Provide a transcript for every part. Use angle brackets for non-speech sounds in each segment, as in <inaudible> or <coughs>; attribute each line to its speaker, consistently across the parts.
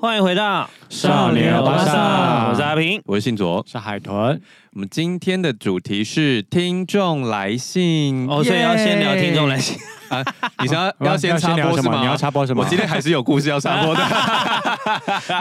Speaker 1: 欢迎回到
Speaker 2: 少
Speaker 3: 年欧巴桑
Speaker 1: 我是阿平。
Speaker 2: 我是信卓。
Speaker 3: 是海豚，
Speaker 2: 我们今天的主题是听众来信
Speaker 1: 哦，所以要先聊听众来
Speaker 2: 耶
Speaker 3: <laughs>
Speaker 1: 信。
Speaker 2: 啊！你想要
Speaker 3: 要
Speaker 2: 要先插
Speaker 3: 聊
Speaker 2: 播
Speaker 3: 什
Speaker 2: 是
Speaker 3: 么？
Speaker 2: 吗？
Speaker 3: 你要插播什么？
Speaker 2: 我今天还是有故事要插播
Speaker 1: <laughs>
Speaker 2: 的。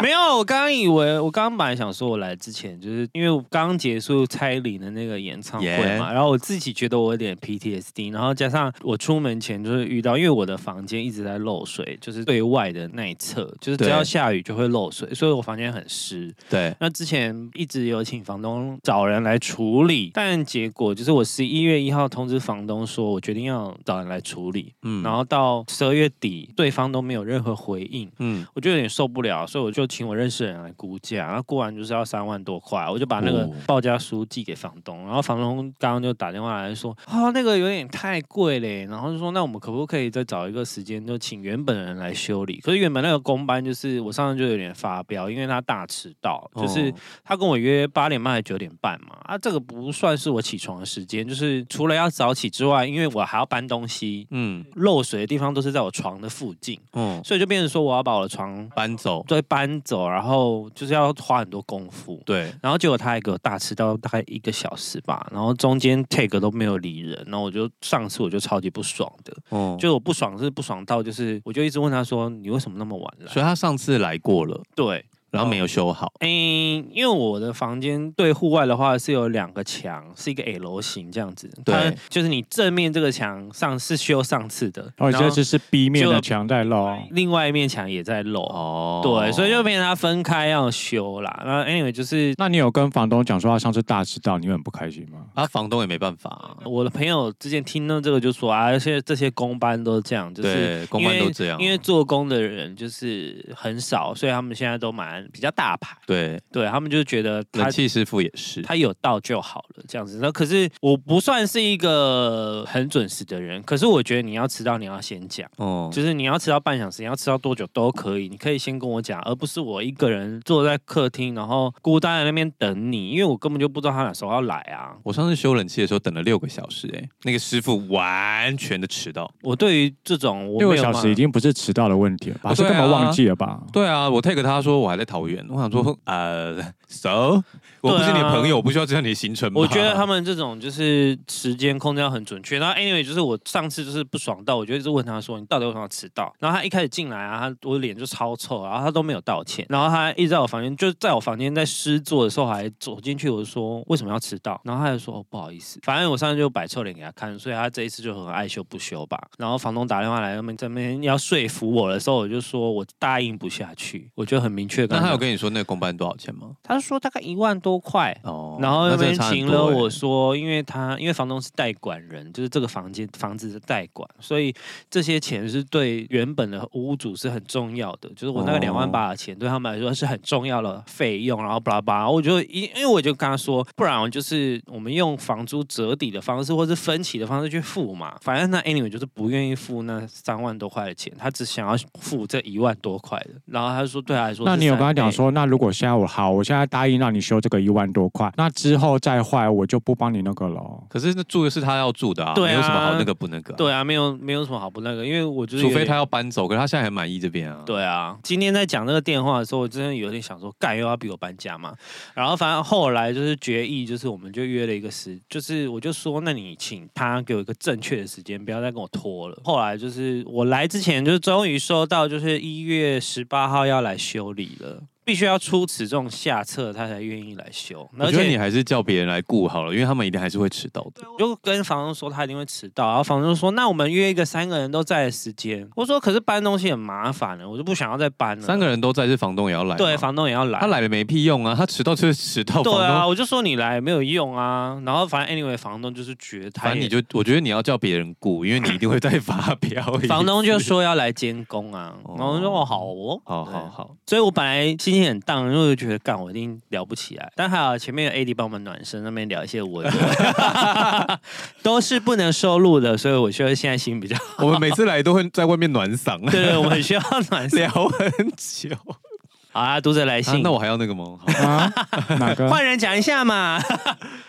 Speaker 1: 没有，我刚刚以为，我刚刚本来想说，我来之前就是因为我刚结束蔡依林的那个演唱会嘛
Speaker 2: Yeah
Speaker 1: 然后我自己觉得我有点 PTSD，然后加上我出门前就是遇到，因为我的房间一直在漏水，就是对外的那一侧，就是只
Speaker 2: 对
Speaker 1: 要下雨就会漏水，所以我房间很湿。
Speaker 2: 对，
Speaker 1: 那之前一直有请房东找人来处理，但结果就是我十一月一号通知房东说，我决定要找人来处理，
Speaker 2: 嗯
Speaker 1: 然后到十二月底，对方都没有任何回应，
Speaker 2: 嗯，
Speaker 1: 我就有点受不了，所以我就请我认识的人来估价，然后估完就是要三万多块，我就把那个
Speaker 2: 哦
Speaker 1: 报价书寄给房东，然后房东刚刚就打电话来说，啊、那个有点太贵嘞，然后就说那我们可不可以再找一个时间，就请原本人来修理？可是原本那个工班就是我上次就有点发飙，因为他大迟到，就是
Speaker 2: 哦
Speaker 1: 他跟我约八点半还是九点半嘛，啊，这个不算是我起床的时间，就是除了要早起之外，因为我还要搬东西，
Speaker 2: 嗯
Speaker 1: 漏水的地方都是在我床的附近，
Speaker 2: 哦，
Speaker 1: 所以就变成说我要把我的床
Speaker 2: 搬走。
Speaker 1: 对搬走，然后就是要花很多功夫。
Speaker 2: 对，
Speaker 1: 然后结果他还给我大迟到大概一个小时吧，然后中间 take 都没有理人，然后我就上次我就超级不爽的，
Speaker 2: 哦，就
Speaker 1: 就我不爽是不爽到就是我就一直问他说你为什么那么晚来？
Speaker 2: 所以他上次来过了，
Speaker 1: 对，
Speaker 2: 然后没有修好。
Speaker 1: 嗯，因为我的房间对户外的话是有两个墙，是一个 L 型这样子，
Speaker 2: 对
Speaker 1: 它就是你正面这个墙上是修上次的，
Speaker 3: 哦，你
Speaker 1: 然
Speaker 3: 这
Speaker 1: 后
Speaker 3: 只是 B 面
Speaker 1: 就
Speaker 3: 的墙在漏，
Speaker 1: 另外一面墙也在漏。
Speaker 2: 哦
Speaker 1: 对，所以就变成它分开要修啦。那 anyway 就是
Speaker 3: 那你有跟房东讲说他上次大迟到，你会很不开心吗？
Speaker 2: 啊，房东也没办法。
Speaker 1: 我的朋友之前听到这个就说啊，现在这些工班都这样，就是。
Speaker 2: 对，公班都这样。
Speaker 1: 因为做工的人就是很少，所以他们现在都蛮比较大牌，
Speaker 2: 对，
Speaker 1: 对他们就觉得他
Speaker 2: 冷气师傅也是。
Speaker 1: 他有到就好了这样子。那可是我不算是一个很准时的人，可是我觉得你要迟到，你要先讲。
Speaker 2: 哦，
Speaker 1: 就是你要迟到半小时，你要迟到多久都可以，你可以先跟我讲，而不是我一个人坐在客厅，然后孤单在那边等你，因为我根本就不知道他哪时候要来啊。
Speaker 2: 我上次修冷气的时候等了六个小时，哎，那个师傅完全的迟到。
Speaker 1: 我对于这种我
Speaker 3: 六
Speaker 1: 没
Speaker 3: 个
Speaker 1: 有
Speaker 3: 小
Speaker 1: 办
Speaker 3: 时已
Speaker 1: 法
Speaker 3: 经不是迟到的问题了吧？
Speaker 2: 哦
Speaker 3: 是
Speaker 2: 对啊
Speaker 3: 根本忘记了吧？
Speaker 2: 对啊，我 take 他说我还在桃园，我想说呃，so 我不是你的朋友，我不需要知道你的行程吧。
Speaker 1: 啊我觉得他们这种就是时间控制要很准确。然后 anyway，就是我上次就是不爽到，我就一直问他说：“你到底为什么要迟到？”然后他一开始进来啊，他我脸就超臭，啊然后他都没有道歉，然后他一直在我房间，就在我房间在施作的时候还走进去，我就说：“为什么要迟到？”然后他就说：“哦，不好意思。”反正我上次就摆臭脸给他看，所以他这一次就很爱修不修吧。然后房东打电话来，他们这边要说服我的时候，我就说我答应不下去，我就很明确跟
Speaker 2: 那
Speaker 1: 他
Speaker 2: 他有
Speaker 1: 讲，
Speaker 2: 跟你说那个公班多少钱吗？
Speaker 1: 他说大概一万多块。
Speaker 2: 哦
Speaker 1: 然后那边请
Speaker 2: 停
Speaker 1: 了
Speaker 3: 欸
Speaker 1: 我，说，因为他因为房东是代管人，就是这个房间房子的代管，所以这些钱是对原本的屋主是很重要的。就是我那个
Speaker 2: 哦
Speaker 1: 两万八的钱，对他们来说是很重要的费用。然后巴拉巴拉，我就因因为我就跟他说，不然我就是我们用房租折抵的方式，或是分期的方式去付嘛。反正那 anyway 就是不愿意付那三万多块的钱，他只想要付这一万多块的。然后他就说对他来说是三倍，
Speaker 3: 那你有跟他讲
Speaker 2: 哎
Speaker 3: 说，那如果现在我好，我现在答应让你修这个一万多块，那之后再坏我就不帮你那个了。
Speaker 2: 可是那住的是他要住的啊，
Speaker 1: 对啊
Speaker 2: 没有什么好那个不那个啊，
Speaker 1: 对啊，没有没有什么好不那个，因为我就是
Speaker 2: 除
Speaker 1: 有
Speaker 2: 非
Speaker 1: 点
Speaker 2: 他要搬走，可是他现在很满意这边啊。
Speaker 1: 对啊，今天在讲这个电话的时候，我真的有点想说，干又要逼我搬家嘛。然后反正后来就是决议，就是我们就约了一个时，就是我就说，那你请他给我一个正确的时间，不要再跟我拖了。后来就是我来之前，就终于收到，就是一月十八号要来修理了。必须要出此这种下策，他才愿意来修。
Speaker 2: 我
Speaker 1: 而
Speaker 2: 觉得
Speaker 1: 且
Speaker 2: 你还是叫别人来顾好了，因为他们一定还是会迟到的。
Speaker 1: 我就跟房东说他一定会迟到，然后房东说那我们约一个三个人都在的时间。我说可是搬东西很麻烦了，我就不想要再搬了。
Speaker 2: 三个人都在，是房东也要来吗。
Speaker 1: 啊对，房东也要来，
Speaker 2: 他来了没屁用啊，他迟到就是迟到，
Speaker 1: 对啊，
Speaker 2: 房东。
Speaker 1: 我就说你来没有用啊。然后反正 anyway，房东就是觉得他
Speaker 2: 反正
Speaker 1: 也
Speaker 2: 你就，我觉得你要叫别人顾，因为你一定会再 <laughs> 发飙。
Speaker 1: 房东就说要来监工啊，
Speaker 2: 哦
Speaker 1: 然后我就说哦好哦，
Speaker 2: 好
Speaker 1: 对
Speaker 2: 好好，
Speaker 1: 所以我本来心情很荡，因为我就觉得干我一定聊不起来。
Speaker 2: <laughs>
Speaker 1: 但还好前面有 AD 帮我们暖身，那边聊一些
Speaker 2: <laughs>
Speaker 1: 我的，都是不能收录的，所以我觉得现在心比较好。
Speaker 2: 我们每次来 <laughs> 都会在外面暖嗓，
Speaker 1: 对对，我们需要暖身。
Speaker 2: 聊很久。
Speaker 1: 好啊，读者来
Speaker 2: 啊嗯 <laughs>
Speaker 1: 信，
Speaker 2: 那我还要那个吗？好
Speaker 3: 啊，哪个？
Speaker 1: 换人讲一下嘛。 <laughs>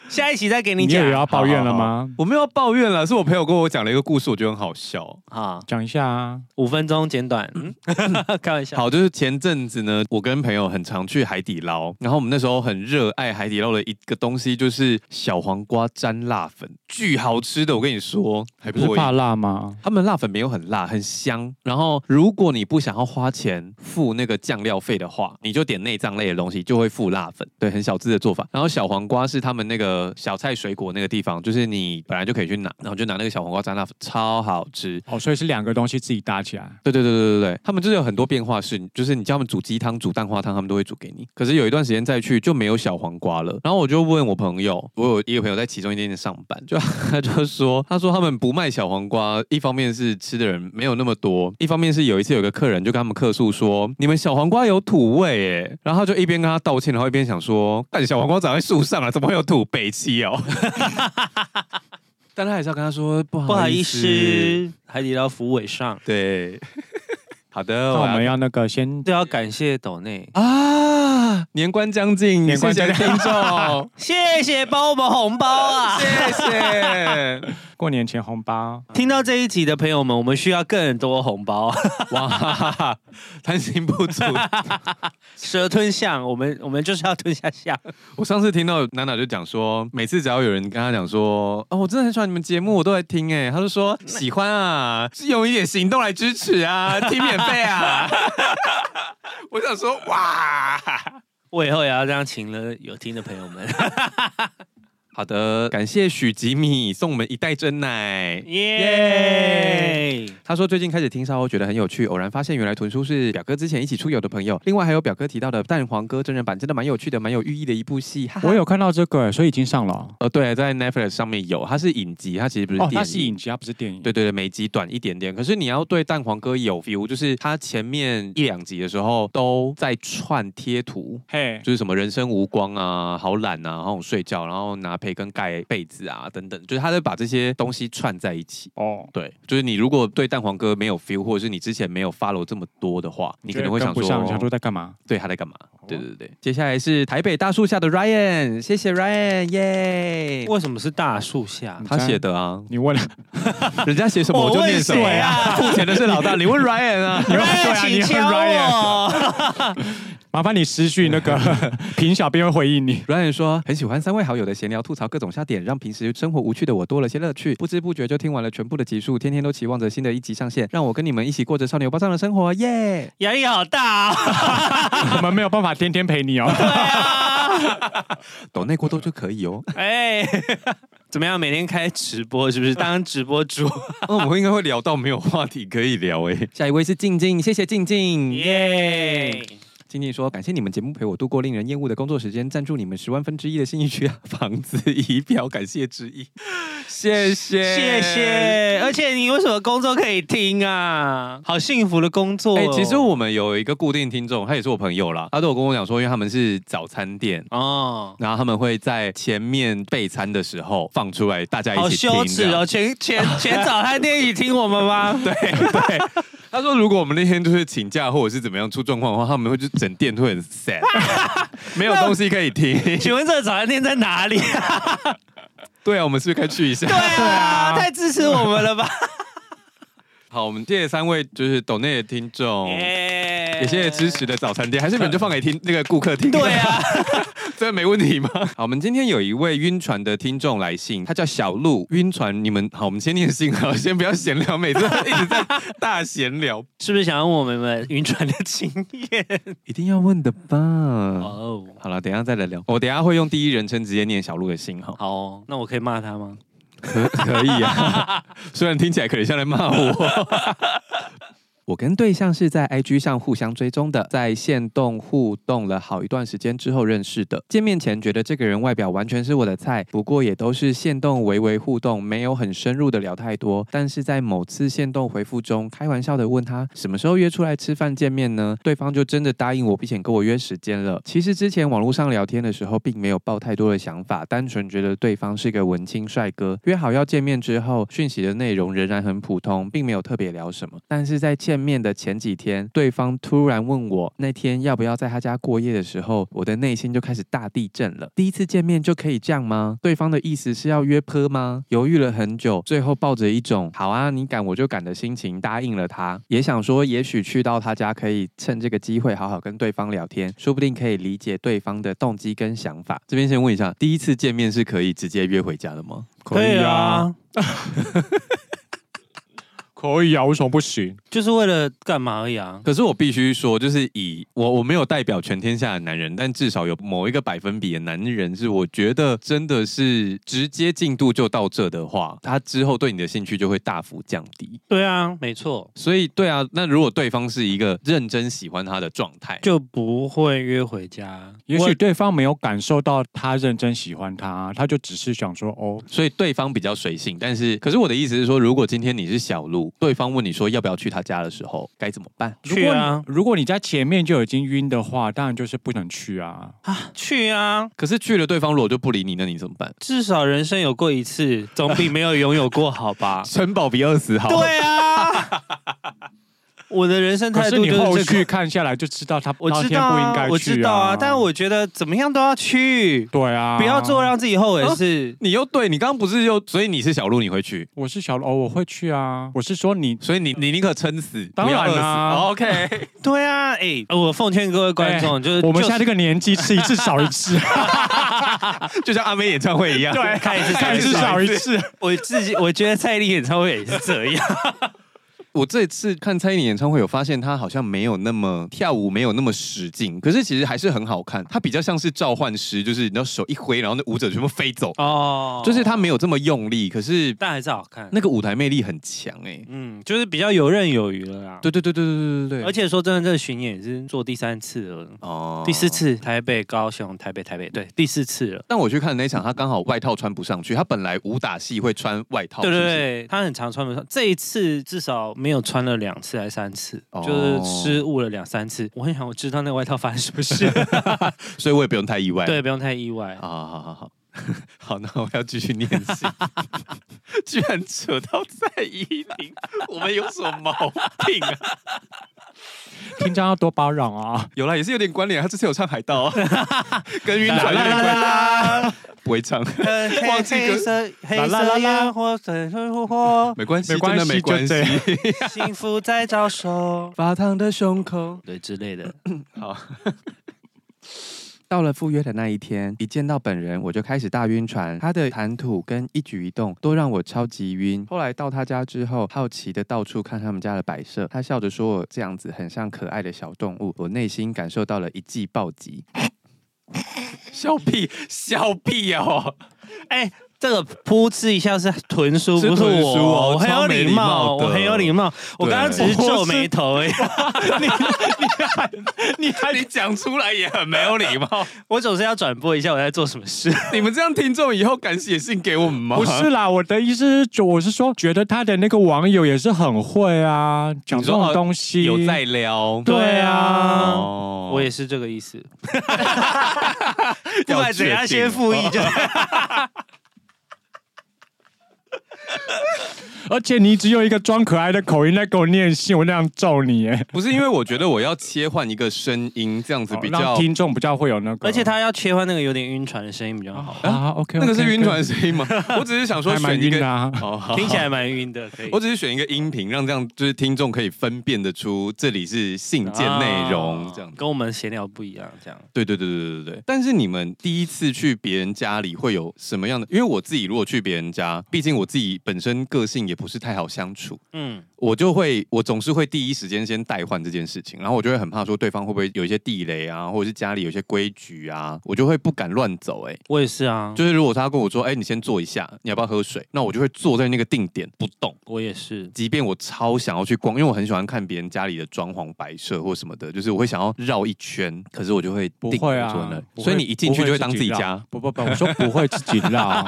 Speaker 1: 下一期再给你
Speaker 3: 你
Speaker 1: 讲
Speaker 3: 也要抱怨了
Speaker 2: 好
Speaker 3: 吗？
Speaker 2: 我没有抱怨了，是我朋友跟我讲了一个故事，我觉得很好笑。
Speaker 1: 啊，
Speaker 3: 讲一下啊，
Speaker 1: 五分钟简短，
Speaker 2: <laughs>
Speaker 1: 嗯 <laughs> 开玩笑。
Speaker 2: 好，就是前阵子呢，我跟朋友很常去海底捞，然后我们那时候很热爱海底捞的一个东西，就是小黄瓜沾辣粉，巨好吃的。我跟你说，还
Speaker 3: 不是
Speaker 2: 过瘾
Speaker 3: 怕辣吗？
Speaker 2: 他们辣粉没有很辣，很香。然后，如果你不想要花钱付那个酱料费的话，你就点内脏类的东西，就会付辣粉。对，很小资的做法。然后小黄瓜是他们那个小菜水果那个地方，就是你本来就可以去拿，然后就拿那个小黄瓜沾辣粉，超好吃。
Speaker 3: 哦，所以是两个东西自己搭起来。
Speaker 2: 对对对对对对，他们就是有很多变化是，就是你叫他们煮鸡汤、煮蛋花汤，他们都会煮给你。可是有一段时间再去就没有小黄瓜了。然后我就问我朋友，我有一个朋友在其中一间店上班，就 <laughs> 他就说，他说他们不卖小黄瓜，一方面是吃的人没有那么多，一方面是有一次有一个客人就跟他们客诉说，你们小黄瓜有土味诶，然后他就一边跟他道歉，然后一边想说，但小黄瓜长在树上啊，怎么会有土？北七哦。 <laughs> 但他还是要跟他说不
Speaker 1: 不好
Speaker 2: 好
Speaker 1: 意
Speaker 2: 意思，
Speaker 1: 思，海底捞服尾上，
Speaker 2: <laughs> 对，好的，
Speaker 3: 那我
Speaker 2: 要
Speaker 3: 们要那个先
Speaker 1: 这要感谢斗内，，
Speaker 2: 啊，年关将近，
Speaker 3: 年关
Speaker 2: 谢谢
Speaker 3: 将近
Speaker 2: 听
Speaker 3: <laughs>
Speaker 2: 众
Speaker 1: 谢谢包我们红包啊！
Speaker 2: 谢谢。
Speaker 3: 过年前红包，
Speaker 1: 听到这一集的朋友们，我们需要更多红包。 <laughs>
Speaker 2: 哇，贪心不足。 <laughs>
Speaker 1: 蛇吞象，我们我们就是要吞下象。
Speaker 2: 我上次听到娜娜就讲说，每次只要有人跟她讲说，哦，我真的很喜欢你们节目，我都在听哎，她就说喜欢啊，是用一点行动来支持啊，听免费啊。 <laughs> 我想说，哇，
Speaker 1: 我以后也要这样请了有听的朋友们。
Speaker 2: 好的，感谢许吉米送我们一袋真奶，
Speaker 1: <laughs> 耶！
Speaker 2: 他说最近开始听沙鸥，觉得很有趣，偶然发现原来屯叔是表哥之前一起出游的朋友。另外还有表哥提到的蛋黄哥真人版，真的蛮有趣的，蛮有寓意的一部戏。哈哈
Speaker 3: 我 <laughs> 有看到这个，所以已经上了哦。
Speaker 2: 呃，对，在 Netflix 上面有，它是影集，它其实不是
Speaker 3: 哦
Speaker 2: 电，影。
Speaker 3: 它是影集，它不是电影。
Speaker 2: 对对对，每集短一点点，可是你要对蛋黄哥有 feel，就是他前面一两集的时候都在串贴图，
Speaker 3: 嘿，
Speaker 2: 就是什么人生无光啊、好懒啊，然后睡觉，然后拿培根盖被子啊等等，就是他在把这些东西串在一起。
Speaker 3: 哦，
Speaker 2: 对，就是你如果对蛋黄哥没有 feel，或者是你之前没有 follow 这么多的话，你可能会想
Speaker 3: 觉得跟不上想
Speaker 2: 说
Speaker 3: 说，在干嘛？
Speaker 2: 对他在干嘛？对对对。接下来是台北大树下的 Ryan，谢谢 Ryan，耶、
Speaker 1: 为什么是大树下？
Speaker 2: 他写的啊，
Speaker 3: 你问了，
Speaker 2: 人家写什么哦我就念什么
Speaker 1: 我问谁啊
Speaker 2: 付钱的是老大，你问 Ryan <laughs> 啊。
Speaker 3: 你问对啊，你
Speaker 1: 请
Speaker 3: 问
Speaker 1: 敲
Speaker 3: Ryan，
Speaker 1: 我。
Speaker 3: 麻烦你私讯那个平小编会回应你。
Speaker 2: Ryan 说很喜欢三位好友的闲聊，吐槽各种笑点，让平时生活无趣的我多了些乐趣。不知不觉就听完了全部的集数，天天都期望着新的一集上线，让我跟你们一起过着少年欧巴桑的生活，耶、
Speaker 1: <laughs> 压力好大哦。
Speaker 3: 我们没有办法天天陪你
Speaker 1: <laughs>
Speaker 3: 哦。
Speaker 1: 对啊，
Speaker 2: 抖内过多就可以哦。
Speaker 1: <laughs> 哎， <laughs> 怎么样？每天开直播是不是？当直播主？
Speaker 2: <laughs> 那哦我们应该会聊到没有话题可以聊诶。下一位是静静，谢谢静静。
Speaker 1: 耶！
Speaker 2: 静静说：“感谢你们节目陪我度过令人厌恶的工作时间，赞助你们十万分之一的信义区房子，以表感谢之 <laughs> 意。”谢谢，
Speaker 1: 谢。谢。而且你为什么工作可以听啊？好幸福的工作哦。
Speaker 2: 哎、其实我们有一个固定听众，他也是我朋友啦，他都有跟我讲说，因为他们是早餐店。
Speaker 1: 哦。
Speaker 2: 然后他们会在前面备餐的时候放出来，大家
Speaker 1: 好
Speaker 2: 一起听。
Speaker 1: 羞耻哦！全全 <laughs> 全早餐店一起听我们 <laughs> 吗？
Speaker 2: 这样！对对，他说如果我们那天就是请假或者是怎么样出状况的话，他们会就整店会很 <laughs> sad，没有东西可以听。
Speaker 1: 请问这个早餐店在哪 <laughs> 里？
Speaker 2: 对啊，我们是不是该去一下？
Speaker 1: 对啊，太支持我们了 <laughs> 吧！
Speaker 2: 好，我们谢谢三位就是抖内的听
Speaker 1: 哦
Speaker 2: 众，
Speaker 1: 耶
Speaker 2: 也谢谢支持。的早餐店，还是你们就放给听那个顾客听？
Speaker 1: 对，
Speaker 2: <laughs>
Speaker 1: <laughs> 啊，
Speaker 2: 这没问题吗？好，我们今天有一位晕船的听众来信，他叫小鹿。晕船，你们好，我们先念信好，先不要闲聊，每次都一直在大闲聊，
Speaker 1: 是不是想要问我们们晕船的经验？
Speaker 2: <laughs> 一定要问的吧？
Speaker 1: <laughs> 哦，
Speaker 2: 好了，等一下再来聊。我等一下会用第一人称直接念小鹿的信哈，
Speaker 1: 好哦，那我可以骂他吗？
Speaker 2: 可可以啊， <laughs> 虽然听起来可能像在骂我。我跟对象是在 IG 上互相追踪的，在线动互动了好一段时间之后认识的。见面前觉得这个人外表完全是我的菜，不过也都是线动微微互动，没有很深入的聊太多。但是在某次线动回复中，开玩笑的问他什么时候约出来吃饭见面呢？对方就真的答应我，并且跟我约时间了。其实之前网络上聊天的时候，并没有抱太多的想法，单纯觉得对方是个文青帅哥。约好要见面之后，讯息的内容仍然很普通，并没有特别聊什么。但是在见。见面的前几天，对方突然问我那天要不要在他家过夜的时候，我的内心就开始大地震了。第一次见面就可以这样吗？对方的意思是要约坡吗？犹豫了很久，最后抱着一种好啊，你敢我就敢的心情答应了他，也想说也许去到他家可以趁这个机会好好跟对方聊天，说不定可以理解对方的动机跟想法。这边先问一下，第一次见面是可以直接约回家的吗？
Speaker 3: 可以啊，，可以啊，为什么不行？
Speaker 1: 就是为了干嘛而已啊。
Speaker 2: 可是我必须说，就是以我我没有代表全天下的男人，但至少有某一个百分比的男人是我觉得真的是直接进度就到这的话，他之后对你的兴趣就会大幅降低。
Speaker 1: 对啊，没错，
Speaker 2: 所以对啊，那如果对方是一个认真喜欢他的状态，
Speaker 1: 就不会约回家。
Speaker 3: 也
Speaker 1: 我
Speaker 3: 许对方没有感受到他认真喜欢他，他就只是想说哦，
Speaker 2: 所以对方比较随性。但是，可是我的意思是说，如果今天你是小鹿，对方问你说要不要去他家的时候，该怎么办？
Speaker 3: 如果
Speaker 1: 去啊
Speaker 3: 你如果你在前面就已经晕的话，当然就是不能去啊。
Speaker 1: 啊，去啊，
Speaker 2: 可是去了，对方如果就不理你，那你怎么办？？
Speaker 1: 至少人生有过一次，总比没有拥有过好吧
Speaker 2: 城堡比饿死好。
Speaker 1: <laughs> 对啊， <laughs> 我的人生
Speaker 3: 可
Speaker 1: 态
Speaker 3: 是
Speaker 1: 度
Speaker 3: 你
Speaker 1: 就是
Speaker 3: 后
Speaker 1: 这个
Speaker 3: 续看下来就知道他
Speaker 1: 我
Speaker 3: 当
Speaker 1: 知
Speaker 3: 天
Speaker 1: 道、
Speaker 3: 不应
Speaker 1: 啊
Speaker 3: 该去、啊，
Speaker 1: 我知道啊，但是我觉得怎么样都要去，
Speaker 3: 对啊，
Speaker 1: 不要做。让自己后悔的事。
Speaker 2: 你又对你刚刚不是又，所以你是小鹿，你会去，
Speaker 3: 我是小哦，我会去啊。我是说你
Speaker 2: 所以你你宁可撑死，
Speaker 3: 当然
Speaker 2: 不要饿死
Speaker 3: 啦
Speaker 2: 哦 OK，
Speaker 1: 啊对啊，哎、我奉劝各位观众，就是
Speaker 3: 哎我们现在
Speaker 1: 就
Speaker 3: 这个年纪吃一次少一次，
Speaker 2: 就像阿妹演唱会一样， <laughs>
Speaker 1: 对看一次
Speaker 3: 看一次少一次。
Speaker 1: <laughs> 我自己，我觉得蔡依林演唱会也是这样。
Speaker 2: 我这次看蔡依林演唱会，有发现她好像没有那么跳舞，没有那么使劲，可是其实还是很好看。她比较像是召唤师，就是你知道手一挥，然后那舞者全部飞走，
Speaker 1: 哦，
Speaker 2: 就是她没有这么用力，可是
Speaker 1: 但还是好看。
Speaker 2: 那个舞台魅力很强哎、欸。
Speaker 1: 嗯，就是比较游刃有余了啦。
Speaker 2: 对对对对对对对对，
Speaker 1: 而且说真的，这个巡演也是做第三次了，
Speaker 2: 哦
Speaker 1: 第四。次台北、高雄、台北、台北，对，第四次了。
Speaker 2: 但我去看那一场，她刚好外套穿不上去，她本来武打戏会穿外套，
Speaker 1: 对对
Speaker 2: 是不是
Speaker 1: 对，他很常穿不上，这一次至少没有穿了两次还是三次，
Speaker 2: 哦
Speaker 1: 就是失误了两三次。我很想我知道那个外套发生什么事，
Speaker 2: 所以我也不用太意外。
Speaker 1: 对，不用太意外。
Speaker 2: 好好好好 <laughs> 好，好，那我要继续念戏， <laughs> 居然扯到蔡依林，我们有什么毛病啊？
Speaker 3: 听众要多包容啊。
Speaker 2: <laughs> 有啦，也是有点关联啊，他这次有唱《海盗》啊， <laughs> 跟晕船有点关系，
Speaker 1: 啦
Speaker 2: 不会唱，
Speaker 1: 黑
Speaker 2: 忘记歌
Speaker 1: 黑色黑
Speaker 3: 啦啦啦
Speaker 1: 色
Speaker 3: 啦
Speaker 1: 烟火，水水火火，
Speaker 2: 没关系，
Speaker 3: 没关
Speaker 2: 真
Speaker 3: 系
Speaker 2: 的没关
Speaker 3: 就
Speaker 2: 系。
Speaker 1: 幸福在招手，
Speaker 2: 发烫的胸口。
Speaker 1: 对之类的。
Speaker 2: 好，到了赴约的那一天，一见到本人我就开始大晕船，他的谈吐跟一举一动都让我超级晕。后来到他家之后，好奇的到处看他们家的摆设，他笑着说我这样子很像可爱的小动物，我内心感受到了一记暴击。 <laughs> 笑屁笑屁哦！
Speaker 1: 哎、这个噗嗤一下是豚叔，
Speaker 2: 是
Speaker 1: 不是
Speaker 2: 豚
Speaker 1: 我，
Speaker 2: 叔哦
Speaker 1: 我很
Speaker 2: 超
Speaker 1: 有
Speaker 2: 没
Speaker 1: 礼
Speaker 2: 礼貌的
Speaker 1: 我很有礼貌。我刚刚只是皱眉头而已，
Speaker 2: 你 <laughs> 你讲出来也很没有礼貌。
Speaker 1: 我总是要转播一下我在做什么事。
Speaker 2: <laughs> 你们这样听众以后敢写信给我们吗
Speaker 3: 不是啦，我的意思是，就我是说，觉得他的那个网友也是很会啊，讲
Speaker 2: 你
Speaker 3: 这
Speaker 2: 说
Speaker 3: 种
Speaker 2: 哦
Speaker 3: 东西。
Speaker 2: 撩，
Speaker 3: 对啊，
Speaker 2: 哦
Speaker 1: 我也是这个意 <laughs> 思。不
Speaker 2: 要
Speaker 1: 管怎样，
Speaker 2: 确定哦
Speaker 1: 先复议就。
Speaker 3: 而且你只有一个装可爱的口音在给我念信，我那样揍你耶，
Speaker 2: 不是因为我觉得我要切换一个声音，这样子比较
Speaker 3: 哦让听众比较会有那个。
Speaker 1: 而且他要切换那个有点晕船的声音比较好，
Speaker 3: 啊，OK，
Speaker 2: 那个是晕船，的声音吗？我只是想说
Speaker 3: 还蛮
Speaker 2: 选一
Speaker 3: 晕的
Speaker 2: 个，
Speaker 3: 啊。
Speaker 2: 哦，好
Speaker 1: 听起来蛮晕的。可以
Speaker 2: 我，只是选一个音频，让这样就是听众可以分辨得出这里是信件内容
Speaker 1: 啊
Speaker 2: 这样子。
Speaker 1: 跟我们闲聊不一样。这样，
Speaker 2: 对对对对对对对。但是你们第一次去别人家里会有什么样的？因为我自己如果去别人家，毕竟我自己本身个性也不是太好相处，
Speaker 1: 嗯，
Speaker 2: 我就会，我总是会第一时间先代换这件事情，然后我就会很怕说对方会不会有一些地雷啊，或者是家里有一些规矩啊，我就会不敢乱走、欸。哎，
Speaker 1: 我也是啊，
Speaker 2: 就是如果他跟我说，哎、你先坐一下，你要不要喝水？那我就会坐在那个定点不动，
Speaker 1: 我也是。
Speaker 2: 即便我超想要去逛，因为我很喜欢看别人家里的装潢摆设或什么的，就是我会想要绕一圈，可是我就会
Speaker 3: 不
Speaker 2: 定
Speaker 3: 会
Speaker 2: 我坐在那
Speaker 3: 啊
Speaker 2: 里，所以你一进去就会当自己家。
Speaker 3: <laughs> 不不不，我说不会自己绕，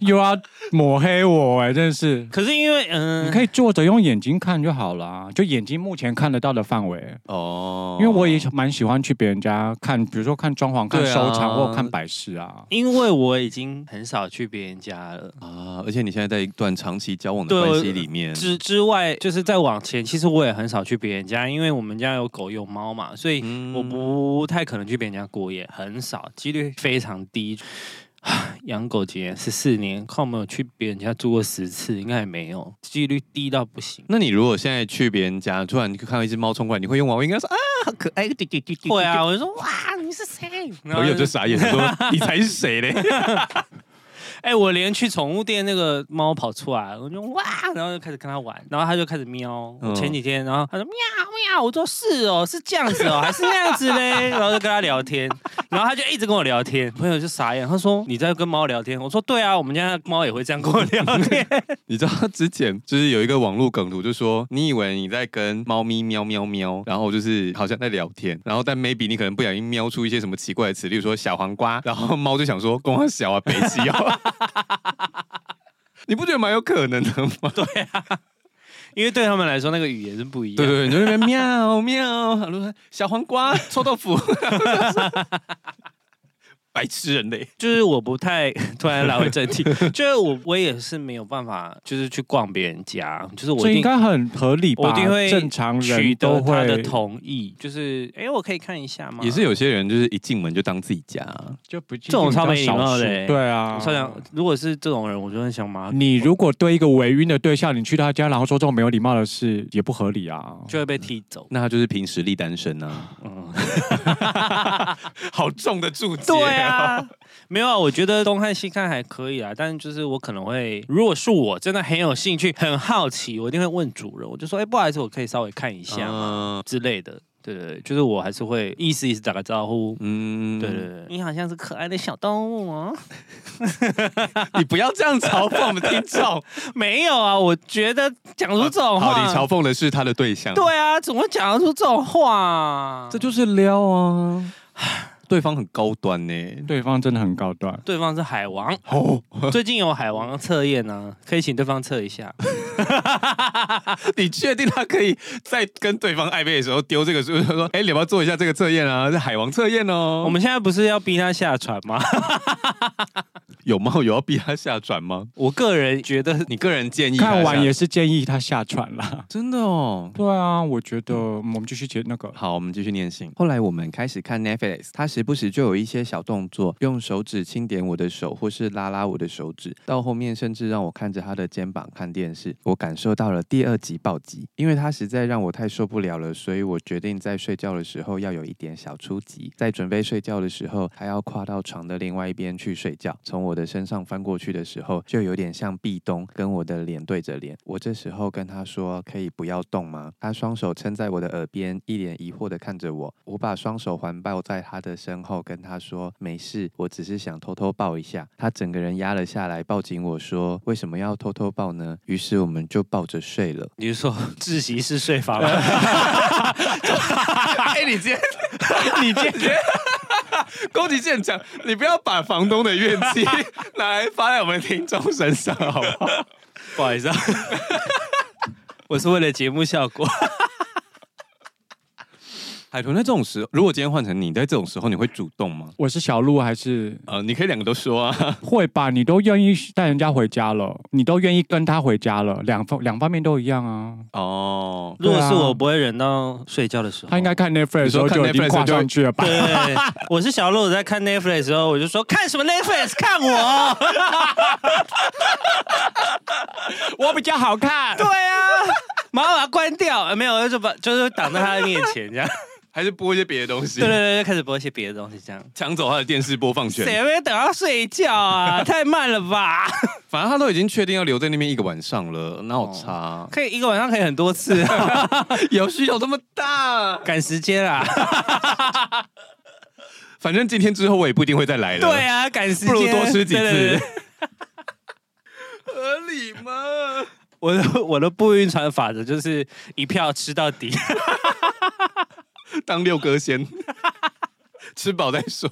Speaker 3: 又要抹黑我哎，真的是。
Speaker 1: 可是因为嗯，
Speaker 3: 你可以坐着用眼睛看就好啦，就眼睛目前看得到的范围。
Speaker 2: 哦
Speaker 3: 因为我也蛮喜欢去别人家看，比如说看装潢、看
Speaker 2: 对啊
Speaker 3: 收藏或看摆饰啊。
Speaker 1: 因为我已经很少去别人家了。
Speaker 2: 啊，而且你现在在一段长期交往的
Speaker 1: 对
Speaker 2: 关
Speaker 1: 我
Speaker 2: 系里面，
Speaker 1: 之之外，就是再往前，其实我也很少去别人家，因为我们家有狗有猫嘛，所以
Speaker 2: 嗯
Speaker 1: 我不太可能去别人家过夜，很少，几率非常低。唉养狗几年？十四年，看我没有去别人家住过十次，应该也没有，几率低到不行。
Speaker 2: 那你如果现在去别人家，突然看到一只猫冲过来，你会用完我应该说啊，好可爱，对对对对，<laughs>
Speaker 1: 会啊，我就说哇，你是谁？
Speaker 3: 啊 <laughs>
Speaker 2: 对。朋友就
Speaker 1: 然后
Speaker 2: 傻眼说：“你才是谁嘞
Speaker 1: 哎、我连去宠物店那个猫跑出来，我就哇，然后就开始跟它玩，然后它就开始喵。
Speaker 2: 嗯
Speaker 1: 我前几天，然后它说喵喵，我说是哦，是这样子哦，还是那样子嘞？然后就跟它聊天，然后它就一直跟我聊天，朋友就傻眼，他说你在跟猫聊天？我说对啊，我们家猫也会这样跟我聊天。？” <laughs>
Speaker 2: 你知道之前就是有一个网络梗图，就说你以为你在跟猫咪喵喵喵，然后就是好像在聊天，然后但 maybe 你可能不小心喵出一些什么奇怪的词，例如说小黄瓜，然后猫就想说“公小啊，北极哦”， <laughs> 你不觉得蛮有可能的吗？
Speaker 1: 因为对他们来说，那个语言是不一样。
Speaker 2: 对对对，你就在那边喵喵，然后说小黄瓜、臭豆腐， <laughs> 白痴人类。
Speaker 1: 就是我不太突然拉回正题，就是我我也是没有办法，就是去逛别人家，就是我
Speaker 3: 这
Speaker 1: 一定
Speaker 3: 应该很合理吧？
Speaker 1: 啊我一定会
Speaker 3: 正常
Speaker 1: 取
Speaker 3: 人都
Speaker 1: 得他
Speaker 3: 会
Speaker 1: 的同意，就是哎、我可以看一下吗？
Speaker 2: 也是有些人就是一进门就当自己家，啊
Speaker 3: 就不这
Speaker 1: 这种超没礼貌的欸
Speaker 3: 对啊，
Speaker 1: 我超想，
Speaker 2: 哦
Speaker 1: 如果是这种人，我就很想骂他，
Speaker 2: 嗯
Speaker 3: 你如果对一个违晕的对象，你去他家，然后说这种没有礼貌的事，也不合理啊。
Speaker 1: 就会被踢走。
Speaker 2: 那他就是凭实力单身啊。
Speaker 1: 嗯，
Speaker 2: 好重的注解、
Speaker 1: 对，啊，没有啊，我觉得东看西看还可以啊，但就是我可能会，如果是我真的很有兴趣、很好奇，我一定会问主人，我就说，哎、不好意思，我可以稍微看一下
Speaker 2: 嗯
Speaker 1: 吗、之类的。对对对，就是我还是会意思意思打个招呼。
Speaker 2: 嗯
Speaker 1: 对对，对，你好像是可爱的小动物哦。
Speaker 2: <laughs> 你不要这样嘲讽我们听众。
Speaker 1: 没有啊，我觉得讲出这种话，
Speaker 2: <laughs> 啊好，你嘲讽的是他的对象，，
Speaker 1: 对啊，怎么讲得出这种话、啊？
Speaker 2: 这就是撩啊。对方很高端呢、
Speaker 3: 对方真的很高端，
Speaker 1: 对方是海王， <laughs> 最近有海王测验呢、可以请对方测一 <laughs> 下。
Speaker 2: <laughs> 你确定他可以在跟对方暧昧的时候丢这个书，就是说， <laughs> 哎、你要不要做一下这个测验啊？是海王测验哦。 <laughs>
Speaker 1: 我们现在不是要逼他下船吗？
Speaker 2: 有猫有要逼他下转吗？
Speaker 1: <laughs> 我个人觉得，
Speaker 2: <laughs> 你个人建议他
Speaker 3: 看完
Speaker 2: 下
Speaker 3: 也是建议他下船啦。
Speaker 2: 真的哦。
Speaker 3: 对啊，我觉得我们继续接那个。
Speaker 2: 好，我们继续念信。后来我们开始看 Netflix，他时不时就有一些小动作，用手指轻点我的手，或是拉拉我的手指。到后面甚至让我看着他的肩膀看电视，我感受到了第二集暴击，因为他实在让我太受不了了，所以我决定在睡觉的时候要有一点小出击，在准备睡觉的时候，他要跨到床的另外一边去睡觉。从我的身上翻过去的时候，就有点像壁咚，跟我的脸对着脸。我这时候跟他说：“可以不要动吗？”他双手撑在我的耳边，一脸疑惑的看着我。我把双手环抱在他的身后，跟他说：“没事，我只是想偷偷抱一下。”他整个人压了下来，抱紧我说：“为什么要偷偷抱呢？”于是我们就抱着睡了。
Speaker 1: 你是说窒息式睡 <laughs> 法吗？
Speaker 2: 哎、你
Speaker 1: <laughs>
Speaker 2: 今天，你今天。宫崎骏讲，你不要把房东的怨气 <laughs> 拿来发在我们听众身上，好不好？
Speaker 1: 不好意思、啊， <laughs> 我是为了节目效果。
Speaker 2: <laughs> 海豚在这种时候，如果今天换成你，在这种时候你会主动吗？
Speaker 3: 我是小鹿还是
Speaker 2: 呃，你可以两个都说啊。
Speaker 3: 会吧？你都愿意带人家回家了，你都愿意跟他回家了，两方两方面都一样啊。
Speaker 2: 哦，
Speaker 1: 如果是
Speaker 3: 对啊
Speaker 1: 我，不会忍到睡觉的时候。
Speaker 3: 他应该看 Netflix 的时候
Speaker 2: 你说看
Speaker 3: 就已经
Speaker 2: Netflix
Speaker 3: 挂
Speaker 2: 就
Speaker 3: 上去了吧？
Speaker 1: 对，我是小鹿，我在看 Netflix 的时候，我就说看什么 Netflix，看 <laughs> 我。
Speaker 3: 我比较好看。
Speaker 1: 对啊，马上把它关掉，呃没有，就把就是挡在他的面前这样。
Speaker 2: 还是播一些别的东西
Speaker 1: 对对，对，就开始播一些别的东西这样。
Speaker 2: 抢走他的电视播放权。
Speaker 1: 谁会等到睡
Speaker 2: <laughs>
Speaker 1: 觉啊？太慢了吧！
Speaker 2: 反正他都已经确定要留在那边一个晚上了，哪有差、 <laughs>
Speaker 1: 可以一个晚上可以很多次、
Speaker 2: 哦
Speaker 1: 啊
Speaker 2: 有需求这么大？
Speaker 1: 赶时间啊！
Speaker 2: 反正今天之后我也不一定会再来了。
Speaker 1: <laughs> 对，啊，赶时间，
Speaker 2: 不如多吃几
Speaker 1: 对对
Speaker 2: <laughs> 次
Speaker 1: 对。
Speaker 2: 合理吗？
Speaker 1: 我的我的不晕船法则就是一票吃到底。
Speaker 2: 当六哥先， <laughs> 吃饱再说。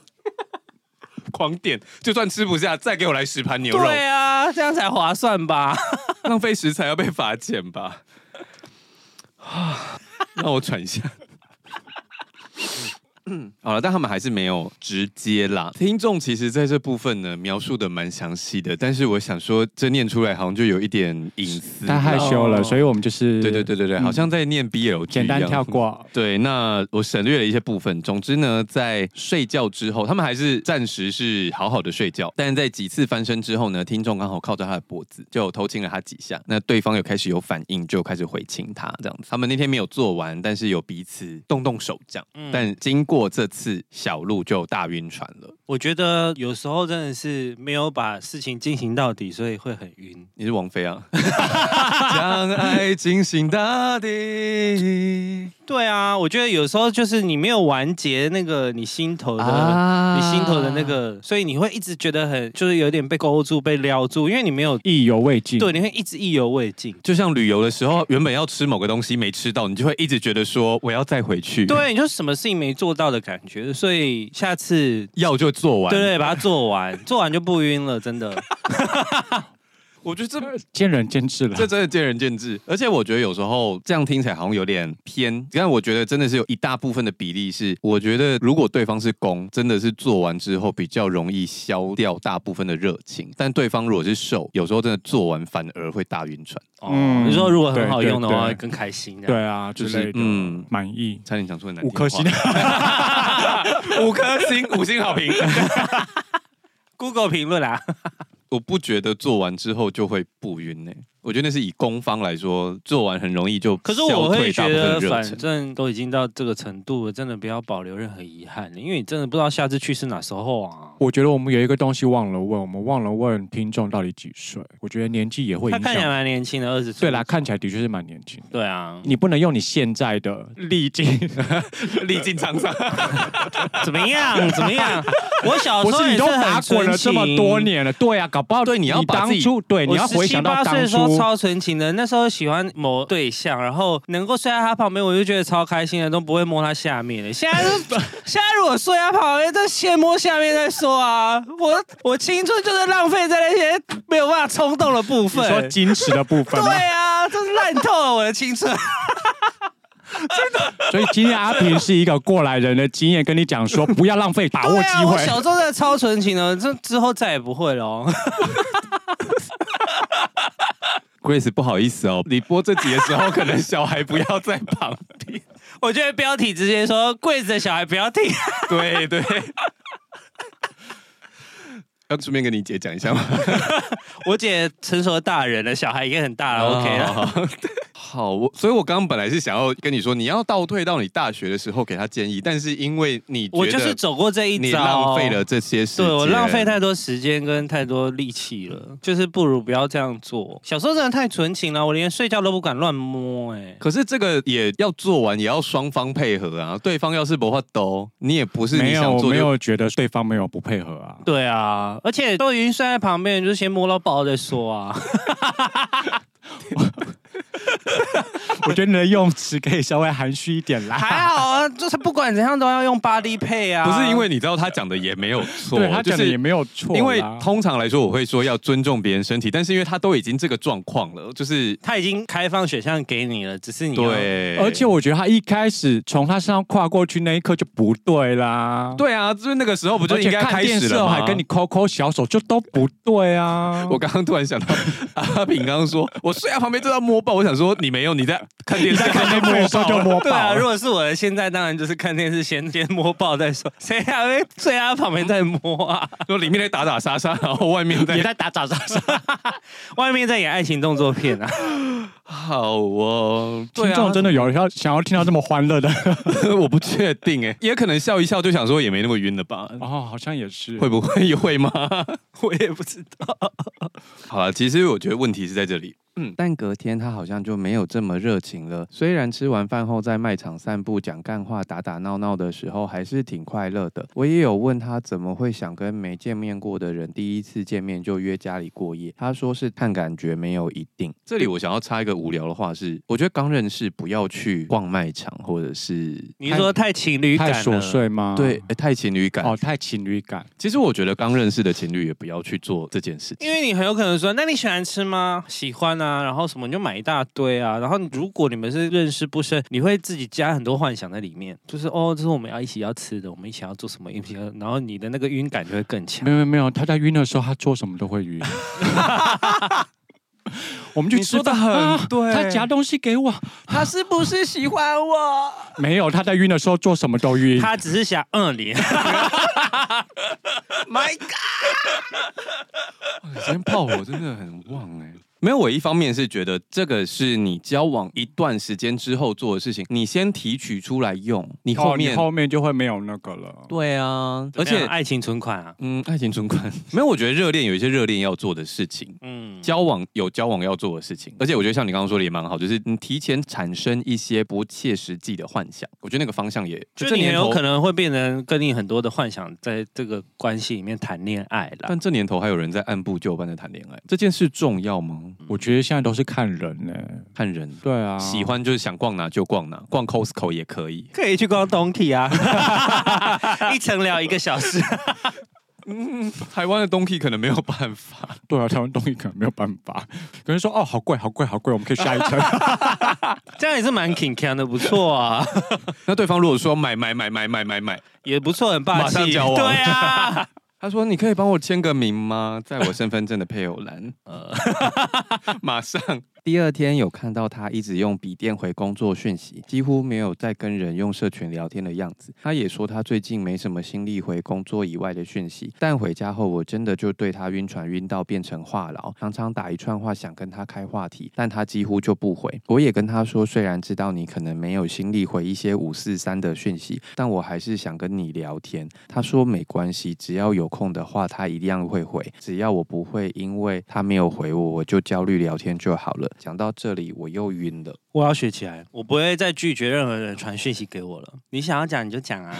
Speaker 2: 狂点，就算吃不下，再给我来十盘牛肉。
Speaker 1: 对啊，这样才划算吧？
Speaker 4: <laughs> 浪费食材要被罚钱吧？ <sighs> 让我喘一下。 <coughs> 好了，但他们还是没有直接啦。听众其实在这部分呢描述的蛮详细的，但是我想说，这念出来好像就有一点隐私。
Speaker 3: 太害羞了，
Speaker 1: 哦
Speaker 3: 所以我们就是
Speaker 4: 对对对对对，
Speaker 3: 嗯
Speaker 4: 好像在念 BL，
Speaker 3: 简单跳。过。
Speaker 4: 对，那我省略了一些部分。总之呢，在睡觉之后，他们还是暂时是好好的睡觉，但在几次翻身之后呢，听众刚好靠着他的脖子，就有偷亲了他几下。那对方有开始有反应，就开始回亲他这样子。他们那天没有做完，但是有彼此动动手这样。
Speaker 1: 嗯
Speaker 4: 但经过这次，小鹿就大晕船了。
Speaker 1: 我觉得有时候真的是没有把事情进行到底，所以会很晕。
Speaker 4: 你是王菲啊？将爱进行到底
Speaker 1: 对啊，我觉得有时候就是你没有完结那个你心头的。
Speaker 4: 啊
Speaker 1: 你心头的那个，所以你会一直觉得很，就是有点被勾住、被撩住，因为你没有
Speaker 3: 意犹未尽，
Speaker 1: 对，你会一直意犹未尽。
Speaker 4: 就像旅游的时候，原本要吃某个东西没吃到，你就会一直觉得说我要再回去，，
Speaker 3: 嗯
Speaker 1: 对，你就什么事情没做到的感觉，所以下次
Speaker 4: 要就做完。
Speaker 1: 对对，把它做
Speaker 3: <laughs>
Speaker 1: 完，做完就不晕了，真的。
Speaker 4: 我觉得这
Speaker 3: 见仁见智了。
Speaker 4: 这真的见仁见智，而且我觉得有时候这样听起来好像有点偏，但我觉得真的是有一大部分的比例是，我觉得如果对方是攻，真的是做完之后比较容易消掉大部分的热情，但对方如果是受，有时候真的做完反而会大晕船。
Speaker 1: 哦，
Speaker 3: 嗯
Speaker 1: 你说如果很好用的话，
Speaker 3: 对对
Speaker 1: 会
Speaker 3: 对
Speaker 1: 更开心。
Speaker 3: 对，啊，
Speaker 4: 就
Speaker 3: 就是是
Speaker 4: 嗯
Speaker 3: 嗯，满意
Speaker 4: 差点讲出很难
Speaker 3: 五
Speaker 4: 听的
Speaker 3: 颗
Speaker 4: 话
Speaker 3: 星，
Speaker 4: 五颗星，五星好评。
Speaker 1: Google 评论啊
Speaker 3: <laughs>
Speaker 1: 啦，
Speaker 4: 我不觉得做完之后就会不晕呢、我觉得那是以攻方来说，做完很容易就
Speaker 1: 可是我
Speaker 4: 消退
Speaker 1: 会
Speaker 4: 大
Speaker 1: 觉
Speaker 4: 部分
Speaker 1: 得，
Speaker 4: 的热
Speaker 1: 反
Speaker 4: 情。
Speaker 1: 正都已经到这个程度了，真的不要保留任何遗憾，因为你真的不知道下次去是哪时候啊。
Speaker 3: 我觉得我们有一个东西忘了问，我们忘了问听众到底几岁。我觉得年纪也会
Speaker 1: 他
Speaker 3: 影
Speaker 1: 看起来
Speaker 3: 响。
Speaker 1: 蛮年轻的，二十岁。
Speaker 3: 对啦，看起来的确是蛮年轻的。
Speaker 1: 对啊，
Speaker 3: 你不能用你现在的历经，
Speaker 4: 历尽沧桑，
Speaker 1: <laughs> 怎么样？怎么
Speaker 3: <laughs>
Speaker 1: 样？我小时
Speaker 3: 不
Speaker 1: 候
Speaker 3: 哦是
Speaker 1: 也
Speaker 3: 你都
Speaker 1: 是很
Speaker 3: 打滚
Speaker 1: 纯
Speaker 3: 了这么多
Speaker 1: 情。
Speaker 3: 年了，对啊，搞不好
Speaker 4: 对你要把自
Speaker 3: 当
Speaker 4: 己
Speaker 3: 初对哎你
Speaker 1: 我
Speaker 3: 要回想到
Speaker 1: 17八岁
Speaker 3: 当
Speaker 1: 的时候
Speaker 3: 初，
Speaker 1: 超纯情的，那时候喜欢某对象，然后能够睡在他旁边，我就觉得超开心的，都不会摸他下面的。现在
Speaker 3: <laughs>
Speaker 1: 就现在如果睡他旁边，就先摸下面再说啊。我我青春就是浪费在那些没有办法冲动的部
Speaker 3: 你说
Speaker 1: 分。
Speaker 3: 矜持的部
Speaker 1: 对
Speaker 3: 分吗，
Speaker 1: 啊，真是烂透了我的青春。
Speaker 3: 所以今天阿平是一个过来人的经验，跟你讲说不要浪费把握
Speaker 1: 对
Speaker 3: 机
Speaker 1: 啊，我
Speaker 3: 会。
Speaker 1: 小时候真的超纯情的，这之后再也不会了哦。 <laughs>
Speaker 4: Grace，不好意思哦，你播这集的时候，可能小孩不要 <laughs> 在旁边。
Speaker 1: 我觉得标题直接说柜子的小孩不要听。 <laughs>
Speaker 4: <laughs> 对对。要顺便跟你姐讲一下吗
Speaker 1: 我姐成熟的大人了，小孩也很大了，OK 了。
Speaker 4: 好
Speaker 3: 哦
Speaker 4: 好好 <laughs> 好，我所以，我刚刚本来是想要跟你说，你要倒退到你大学的时候给他建议，但是因为你
Speaker 1: 我
Speaker 4: 觉
Speaker 1: 就是
Speaker 4: 得
Speaker 1: 走过这一
Speaker 4: 你
Speaker 1: 招，
Speaker 4: 浪费了。这些事，
Speaker 1: 对我浪费太多时间跟太多力气了，就是不如不要这样做。小时候真的太纯情了，我连睡觉都不敢乱摸、哎，
Speaker 4: 可是这个也要做完，也要双方配合啊。对方要是不会兜，你也不是
Speaker 3: 没
Speaker 4: 你
Speaker 3: 有，
Speaker 4: 想
Speaker 3: 我
Speaker 4: 做
Speaker 3: 没
Speaker 4: 就。
Speaker 3: 有觉得对方没有不配合啊。 <laughs>
Speaker 1: 对啊，而且都已经睡在旁边，就先摸到爆再说
Speaker 4: <laughs>
Speaker 1: 啊。
Speaker 3: 我觉得你的用词可以稍微含蓄一点啦。
Speaker 1: 还好啊，就是不管怎样都要用 body 配啊。
Speaker 4: 不是因为你知道他讲的也没有错，
Speaker 3: 对他
Speaker 4: 就
Speaker 3: 讲的也
Speaker 4: 是
Speaker 3: 没有错啦，
Speaker 4: 因为通常来说我会说要尊重别人身体，但是因为他都已经这个状况了，就是
Speaker 1: 他已经开放选项给你了，只是你要
Speaker 4: 对，
Speaker 3: 啊而且我觉得他一开始从他身上跨过去那一刻就不对啦。
Speaker 4: 对啊，就是那个时候不
Speaker 3: 我
Speaker 4: 就应该
Speaker 3: 看
Speaker 4: 开
Speaker 3: 电
Speaker 4: 始
Speaker 3: 视
Speaker 4: 了
Speaker 3: 哦
Speaker 4: 吗？
Speaker 3: 还跟你抠抠小手，就都不对啊。
Speaker 4: <laughs> 我刚刚突然想到，阿炳刚刚说，我睡在旁边就要摸爆，我想说你没有，你在看电视，
Speaker 3: 在看
Speaker 4: 看
Speaker 3: 那幕的时候就摸
Speaker 1: 对
Speaker 3: 爆
Speaker 1: 啊，
Speaker 3: 了
Speaker 1: 如果是我的现在，当然就是看电视先先摸爆再说，谁还会睡在他旁边再摸啊？
Speaker 4: 说里面在打打杀杀，然后外面在
Speaker 3: 在打打杀杀。
Speaker 1: <laughs> 外面在演爱情动作片
Speaker 4: <laughs>
Speaker 1: 啊，
Speaker 4: 好哦，
Speaker 3: 听众真的有要想要听到这么欢乐的
Speaker 4: 的 <laughs> 我不确定哎，也可能笑一笑就想说也没那么晕了吧。
Speaker 3: 哦，好像也是
Speaker 4: 会不会会吗？
Speaker 1: 我也不知道。
Speaker 4: <laughs> 好了，其实我觉得问题是在这里。
Speaker 2: 但隔天他好像就没有这么热情了。虽然吃完饭后在卖场散步、讲干话、打打闹闹的时候，还是挺快乐的。我也有问他怎么会想跟没见面过的人第一次见面就约家里过夜，他说是看感觉，没有一定。
Speaker 4: 这里我想要插一个无聊的话是，我觉得刚认识不要去逛卖场，或者是
Speaker 1: 你说太情侣感
Speaker 3: 太
Speaker 1: 了
Speaker 3: 琐碎吗？
Speaker 4: 对、呃太情侣感。
Speaker 3: 哦，太情侣感。
Speaker 4: 其实我觉得刚认识的情侣也不要去做这件事情
Speaker 1: 因。为你很有可能说，那你喜欢吃吗？喜欢啊，然后什么你就买一大堆啊。然后你如果你们是认识不深，你会自己加很多幻想在里面，就是哦，这是我们要一起要吃的，我们一起要做什么，一起
Speaker 4: 嗯
Speaker 1: 要，然后你的那个晕感就会更强
Speaker 3: 没。有没有没有，他在晕的时候，他做什么都会
Speaker 4: <laughs>
Speaker 3: 晕。我们去
Speaker 4: 你
Speaker 3: 吃
Speaker 4: 说得
Speaker 3: 饭
Speaker 4: 很
Speaker 3: 啊
Speaker 4: 对
Speaker 3: 他夹东西给我，
Speaker 4: <laughs> 他是不是喜欢我？
Speaker 3: 没有他在晕的时候做什么都
Speaker 1: <laughs>
Speaker 3: 晕。
Speaker 1: 他只是想二 <laughs>
Speaker 4: <laughs>
Speaker 1: 零，
Speaker 4: 你今天炮火真的很旺哎、没有，我一方面是觉得这个是你交往一段时间之后做的事情，你先提取出来用，你后
Speaker 3: 哦你
Speaker 4: 面、
Speaker 3: 后面就会没有那个了。
Speaker 4: 对啊，而
Speaker 1: 而且
Speaker 4: 且
Speaker 1: 爱情存款啊，
Speaker 4: 嗯，爱情存 <laughs> 款没有，我觉得热恋有一些热恋要做的事情。
Speaker 1: 嗯，
Speaker 4: 交往有交往要做的事情，而且我觉得像你刚刚说的也蛮好，就是你提前产生一些不切实际的幻想，我觉得那个方向也
Speaker 1: 就
Speaker 4: 这
Speaker 1: 你很
Speaker 4: 年
Speaker 1: 有
Speaker 4: 头
Speaker 1: 可，能会变成跟你很多的幻想，在这个关系里面谈恋爱啦。
Speaker 4: 但这年头还有人在按部就班的谈恋爱，这件事重要吗？
Speaker 3: 我觉得现在都是看人呢、
Speaker 4: 看人，
Speaker 3: 对啊，
Speaker 4: 喜欢就是想逛哪就逛哪，逛 Costco 也可以。
Speaker 1: <laughs> 可以去逛 Donkey 啊， <laughs> 一层聊一个小时。
Speaker 4: <laughs> 台湾的东西可能没有办法，
Speaker 3: 对啊，台湾东西可能没有办法，可能说哦，好贵，好贵，好贵，我们可以下一
Speaker 4: <laughs>
Speaker 3: 层。
Speaker 1: <laughs> 这样也是蛮 king can 的，不错啊，
Speaker 4: 那对方如果说买买买买买买 <laughs> 买，
Speaker 1: <laughs> 也不错，很霸气。
Speaker 4: 马上交往
Speaker 1: 对啊，
Speaker 4: 他说你可以帮我签个名吗？在我身份证的配偶栏，
Speaker 1: 呃，
Speaker 4: 马上。 <laughs> 第二天有看到他一直用笔电回工作讯息，几乎没有在跟人用社群聊天的样子。他也说他最近没什么心力回工作以外的讯息，但回家后我真的就对他晕船晕到变成话痨，常常打一串话想跟他开话题，但他几乎就不回。我也跟他说，虽然知道你可能没有心力回一些五四三的讯息，但我还是想跟你聊天。他说没关系，只要有空的话，他一定会回。只要我不会因为他没有回我，我就焦虑聊天就好了。讲到这里，我又晕了。
Speaker 1: <laughs> 我要学起来，我不会再拒绝任何人传讯息给我了。你想要讲你就讲啊，